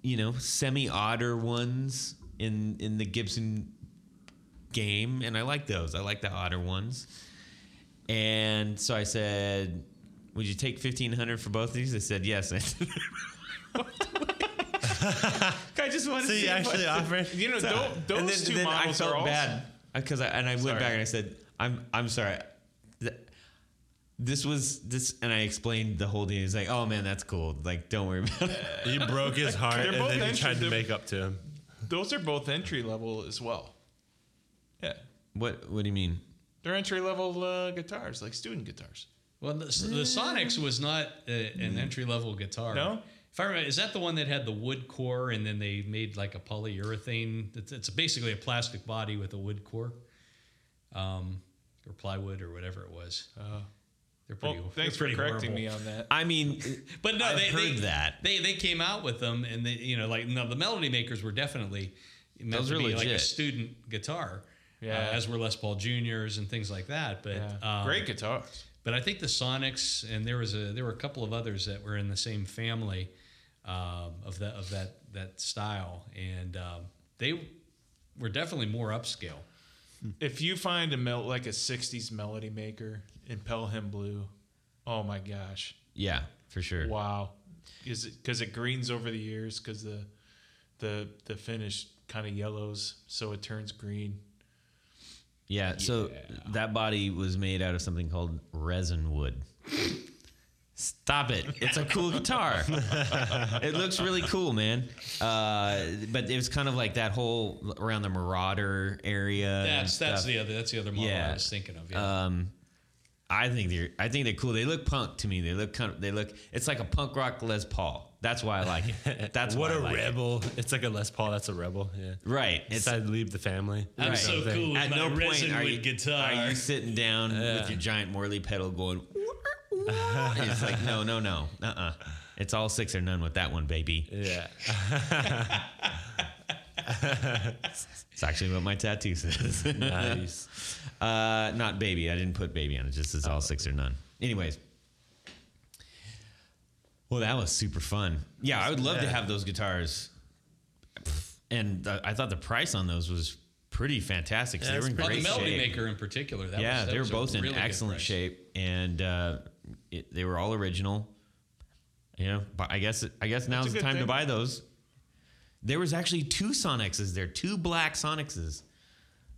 you know, semi odder ones in in the Gibson game, and I like those. I like the odder ones. And so I said, "Would you take fifteen hundred for both of these?" They said, "Yes." I said- I just want to So see. you if I- actually offered. You know, tho- those and then, two then I models are felt also- bad because I and I went Sorry. back and I said, "I'm I'm sorry." Th- This was this, and I explained the whole deal. He's like, "Oh man, that's cool. Like, don't worry about it." You broke his heart, They're and both then you entry- tried to they're- make up to him. Those are both entry level as well. Yeah. What What do you mean? They're entry level uh, guitars, like student guitars. Well, the, the Sonics was not a, an entry level guitar. Mm-hmm. No? If I remember, is that the one that had the wood core and then they made like a polyurethane? It's, it's basically a plastic body with a wood core, um, or plywood or whatever it was. Uh, They're pretty. well, they're thanks for pretty correcting horrible. me on that. I mean, But no, I've they, heard they, that. they they came out with them, and they you know like no, the melody makers were definitely meant Those to are be like a legit. student guitar, Yeah. uh, as were Les Paul Juniors and things like that. But Yeah. um, Great guitars. But I think the Sonics and there was a there were a couple of others that were in the same family um, of that of that that style, and um, they were definitely more upscale. If you find a mel- like a '60s melody maker in Pelham Blue, oh my gosh, yeah, for sure. wow! Is it because it greens over the years? Because the the the finish kind of yellows, so it turns green. Yeah, So that body was made out of something called resin wood. Stop it! It's a cool guitar. it looks really cool, man. Uh, but it was kind of like that whole around the Marauder area. and That's that's stuff. the other that's the other model Yeah. I was thinking of. Yeah. Um, I think they're I think they're cool. They look punk to me. They look kind of they look. It's like a punk rock Les Paul. That's why I like it. That's what why I a like it. rebel! It's like a Les Paul. That's a rebel. Yeah. Right. It's Decided to leave the family. I'm Right. so cool with at my no point are resin you, wood guitar. are you sitting down with your giant Morley pedal going. it's like no, no, no, uh, uh It's all six or none with that one, baby. Yeah. It's actually what my tattoo says. Nice. Uh, not baby. I didn't put baby on it. Just as Oh. all six or none. Anyways. Well, that was super fun. Yeah, I would love to have those guitars. And uh, I thought the price on those was pretty fantastic. So they were in Oh, great the Melody shape. Maker in particular. That yeah, was, that they were was a both in really good excellent price. shape, and uh, it, they were all original. You know, but I guess I guess now's the time to buy those. There was actually two Sonics there, two black Sonics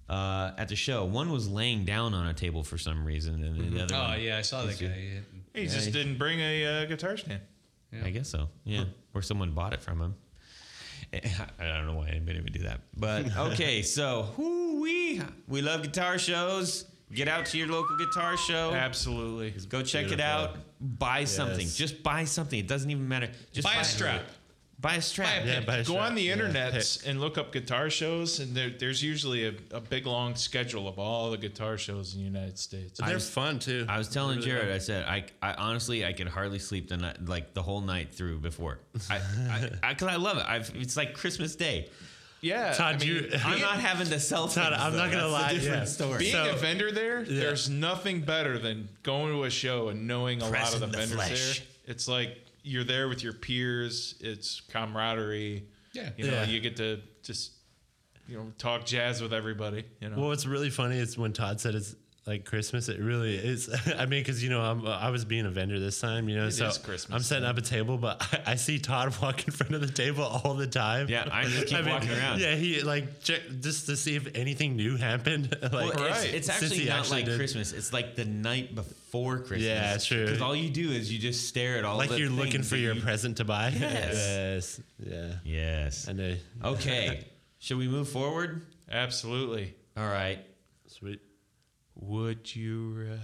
uh, at the show. One was laying down on a table for some reason, and the other Oh one- yeah, I saw that guy. He just didn't bring a uh, guitar stand. I guess so. Yeah, or someone bought it from him. I don't know why anybody would do that. But okay, so we we love guitar shows. Get out to your local guitar Oh. show. Absolutely. Go check it out. Buy something. Just buy something. It doesn't even matter. Just Buy a strap. Buy a strap. Buy a Yeah, but Go on the internet and look up guitar shows, and there, there's usually a, a big long schedule of all the guitar shows in the United States. They're fun too. I was telling Jared. I said, I, I honestly, I could hardly sleep the night, like the whole night through before. I, I, because I, love it. I've, it's like Christmas Day. yeah, Todd, I mean, you, I'm not having to sell. Todd, things, I'm though. not gonna That's the difference. lie. yeah. being So- a vendor there, there's nothing better than going to a show and knowing a lot Pressing of the, the vendors flesh. there. It's like you're there with your peers. It's camaraderie. Yeah. you know, Yeah. you get to just you know talk jazz with everybody. You know, Well, what's really funny is when Todd said it's like Christmas. It really is. I mean, because you know, I'm I was being a vendor this time. You know, so is Christmas I'm setting up a table, but I, I see Todd walk in front of the table all the time. Yeah, I just keep I mean, walking around. Yeah, he like check, just to see if anything new happened. like, Well, it's, it's Since actually he not actually like did- Christmas. It's like the night before Christmas. Yeah, true. Because all you do is you just stare at all. Like the you're looking things for that your you- present to buy. Yes. Yes. Yeah. Yes. I know. Okay. Should we move forward? absolutely. All right. Sweet. Would you rather?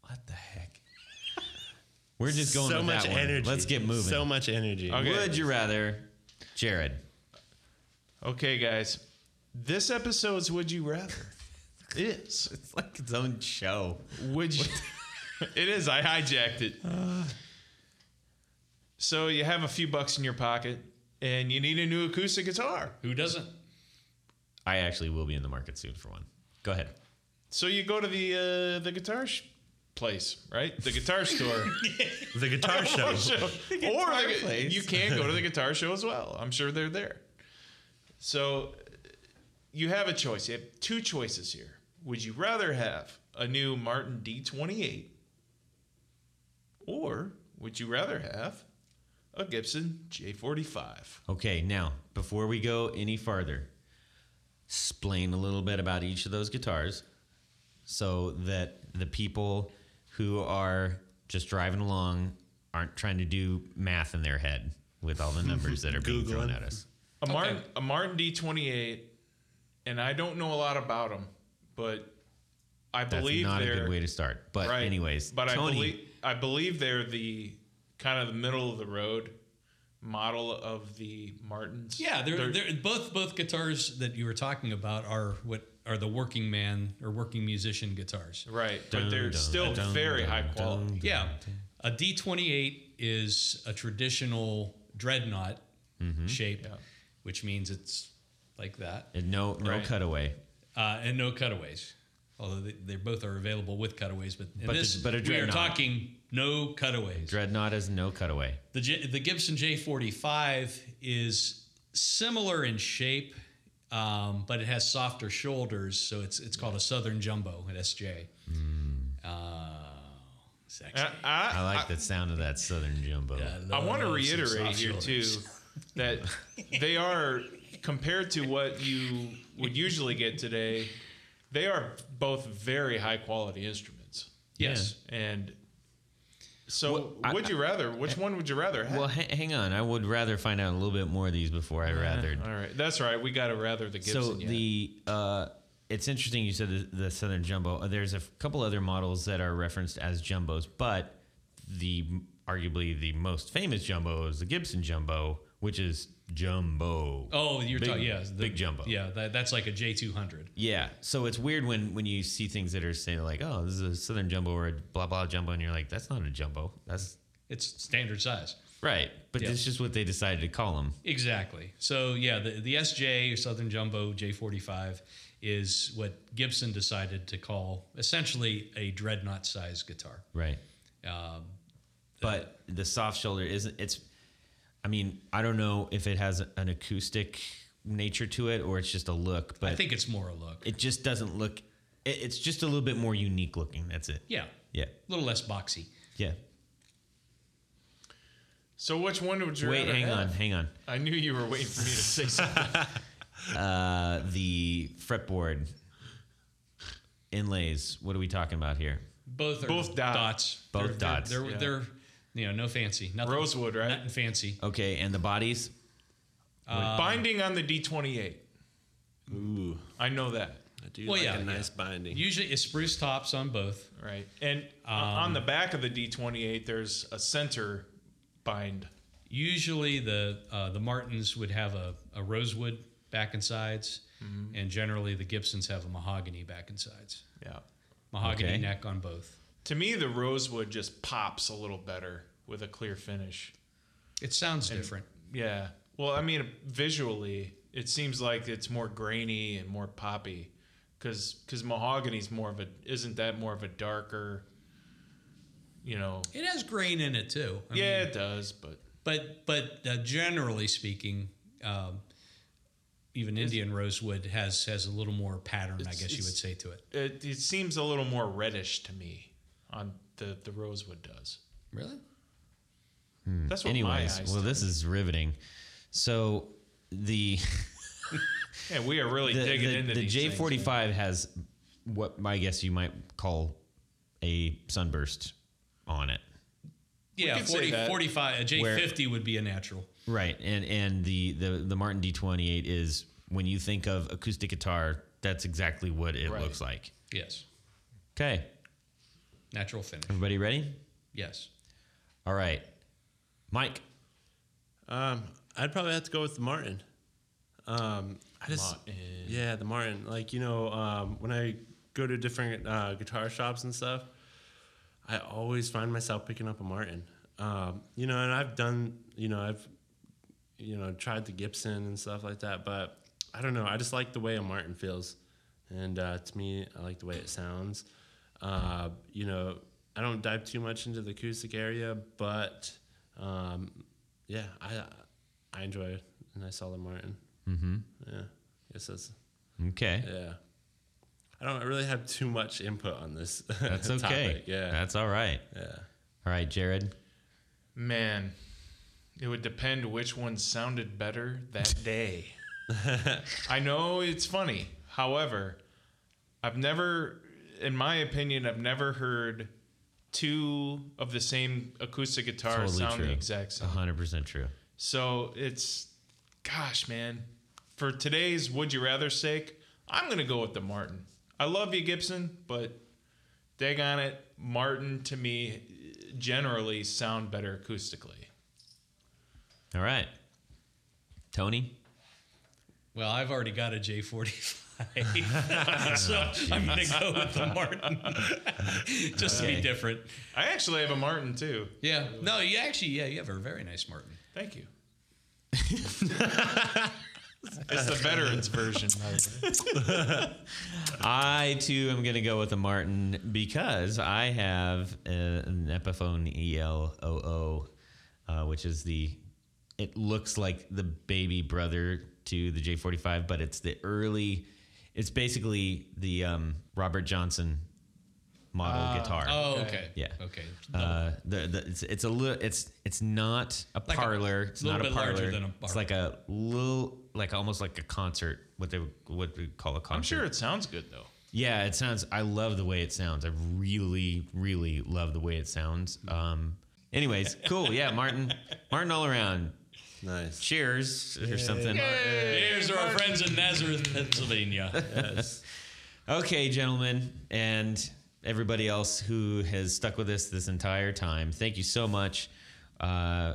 What the heck? We're just going so with much that one. energy. Let's get moving. So much energy. Okay. Would you rather, Jared? Okay, guys, this episode's Would You Rather is It's like its own show. Would you? it is. I hijacked it. Uh. So you have a few bucks in your pocket, and you need a new acoustic guitar. Who doesn't? I actually will be in the market soon for one. Go ahead. So you go to the uh, the guitar sh- place, right? The guitar store, The guitar show. or the gu- you can go to the guitar show as well. I'm sure they're there. So uh, you have a choice. You have two choices here. Would you rather have a new Martin D28, or would you rather have a Gibson J45? Okay, now before we go any farther, explain a little bit about each of those guitars, so that the people who are just driving along aren't trying to do math in their head with all the numbers that are being thrown Googling. at us. A Martin, a Martin D28, and I don't know a lot about them, but I That's believe not a they're good way to start. But right. anyways, But I Tony, believe I believe they're the kind of the middle of the road model of the Martins. Yeah, they're, They're- they're both both guitars that you were talking about are what are the working man or working musician guitars. right, but Dun, they're dun, still dun, very dun, high dun, quality. Yeah, a D twenty eight is a traditional dreadnought Mm-hmm. shape, which means it's like that and uh, no no Right. cutaway. uh, and no cutaways. Although they, they both are available with cutaways, but, in But the- this, but a we are dreadnought. talking no cutaways. Dreadnought is no cutaway. The, J- the Gibson J45 is similar in shape, um, but it has softer shoulders, so it's it's called a Southern Jumbo at SJ. Hmm. Uh, sexy. I, I, I like the sound of that southern jumbo. I love want to some reiterate soft here too shoulders. that they are compared to what you would usually get today. They are both very high quality instruments, Yes. and so Well, I- would you rather? Which one would you rather have? Well, ha- hang on. I would rather find out a little bit more of these before I rathered. All right, that's right. We got to rather the Gibson. So yeah. the uh, it's interesting you said the, the Southern Jumbo. Uh, There's a f- couple other models that are referenced as jumbos, but the m- arguably the most famous jumbo is the Gibson jumbo, which is jumbo. Oh, you're Big- talking yeah, the- big jumbo. Yeah, that, that's like a J two hundred. Yeah, so it's weird when when you see things that are say like, oh, this is a southern jumbo or a blah blah jumbo, and you're like, that's not a jumbo. That's It's standard size. right, but Yeah. it's just what they decided to call them. Exactly. So yeah, the, the SJ or Southern Jumbo J45 is what Gibson decided to call essentially a dreadnought size guitar. Right. Um, but the soft shoulder isn't it's i mean i don't know if it has an acoustic nature to it or it's just a look but I think it's more a look. it just doesn't look it, it's just a little bit more unique looking that's it yeah, yeah a little less boxy. yeah So which one would you wait rather hang on have? hang on I knew you were waiting for me to say something. uh, the fretboard inlays what are we talking about here Both are Both dot. dots. Both They're- they're- dots. They're, Yeah. they're you know no fancy. Nothing, Rosewood, right? Nothing fancy. okay and the bodies Uh, Binding on the D28. Ooh, I know that, I do Well, like yeah, a nice yeah. binding. Usually it's spruce tops on both. right? And on the back of the D28, there's a center bind. Usually the uh, the Martins would have a, a rosewood back and sides, Mm-hmm. and generally the Gibsons have a mahogany back and sides. Yeah. mahogany Okay. neck on both. To me, the rosewood just pops a little better with a clear finish. It sounds different. Yeah. Well, I mean, visually, it seems like it's more grainy and more poppy, because mahogany's more of a isn't that more of a darker, you know? It has grain in it too. I yeah, mean, it does, but but but uh, generally speaking, um, even Indian rosewood has has a little more pattern, I It's- guess you it's- would say to it. it, it seems a little more reddish to me on the the rosewood does. Hmm. Really? That's what my anyways eyes. well this is riveting so the yeah, we are really the, digging the- into the these J things. forty five has what I guess you might call a sunburst on it. Yeah, could say 40, that. 45, a J50 would be a natural. Right, and and the the, the Martin D twenty eight is when you think of acoustic guitar, that's exactly what it Right. looks like. Yes. Okay, Natural finish. everybody ready? Yes. All right, Mike. Um, I'd probably have to go with the Martin. Um, I just, yeah, the Martin. Like you know, um, when I go to different uh, guitar shops and stuff, I always find myself picking up a Martin. Um, you know, and I've done, you know, I've, you know, tried the Gibson and stuff like that, but I don't know. I just like the way a Martin feels, and uh, to me, I like the way it sounds. Uh, you know, I don't dive too much into the acoustic area, but um, yeah, I I enjoy a nice solid Martin. Mm-hmm. Yeah, guess that's Okay, yeah. I don't really have too much input on this. that's okay. topic. Yeah. that's all right. yeah. All right, Jared. Man, it would depend which one sounded better that day. I know it's funny. However, I've never, in my opinion, I've never heard two of the same acoustic guitar Totally sound true. the exact same. hundred percent true. So it's, gosh, man, for today's Would You Rather sake, I'm going to go with the Martin. I love you, Gibson, but dig on it. Martin to me generally sound better acoustically. All right, Tony. Well, I've already got a J45, so I'm going to go with the Martin just to be different. I actually have a Martin too. Yeah. No, you actually, yeah, you have a very nice Martin. Thank you. it's the veterans version. by the way. I too am going to go with a Martin because I have uh an Epiphone E ELOO, uh, which is the. It looks like the baby brother to the J45, but it's the early. It's basically the um, Robert Johnson model guitar. Oh, okay. Yeah. Okay. Uh, the, the, it's, it's a little it's it's not a a parlor it's little not a bit larger parlor than a it's parlor. like a little like almost like a concert what they would what we call a concert I'm sure it sounds good though. yeah, it sounds. I love the way it sounds. I really, really love the way it sounds. Um. Anyways, cool. Yeah, Martin. Martin all around. Nice. Cheers or something. Here's to our friends in Nazareth, Pennsylvania. Yes. Okay, gentlemen, and everybody else who has stuck with us this entire time. Thank you so much. Uh,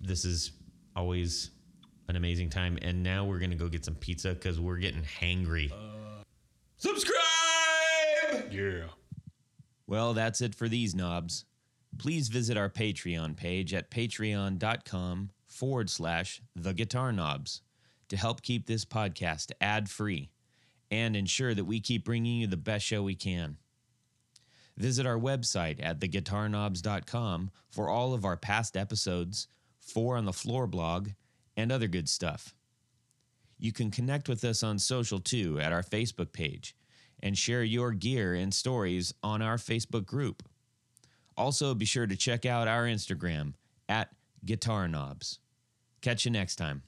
this is always an amazing time. And now we're going to go get some pizza because we're getting hangry. Subscribe! Yeah. Well, that's it for these knobs. Please visit our Patreon page at patreon.com forward slash the guitar knobs to help keep this podcast ad free and ensure that we keep bringing you the best show we can. Visit our website at theguitarknobs.com for all of our past episodes, four on the floor blog, and other good stuff. You can connect with us on social too at our Facebook page and share your gear and stories on our Facebook group. Also, be sure to check out our Instagram at Guitar Knobs. Catch you next time.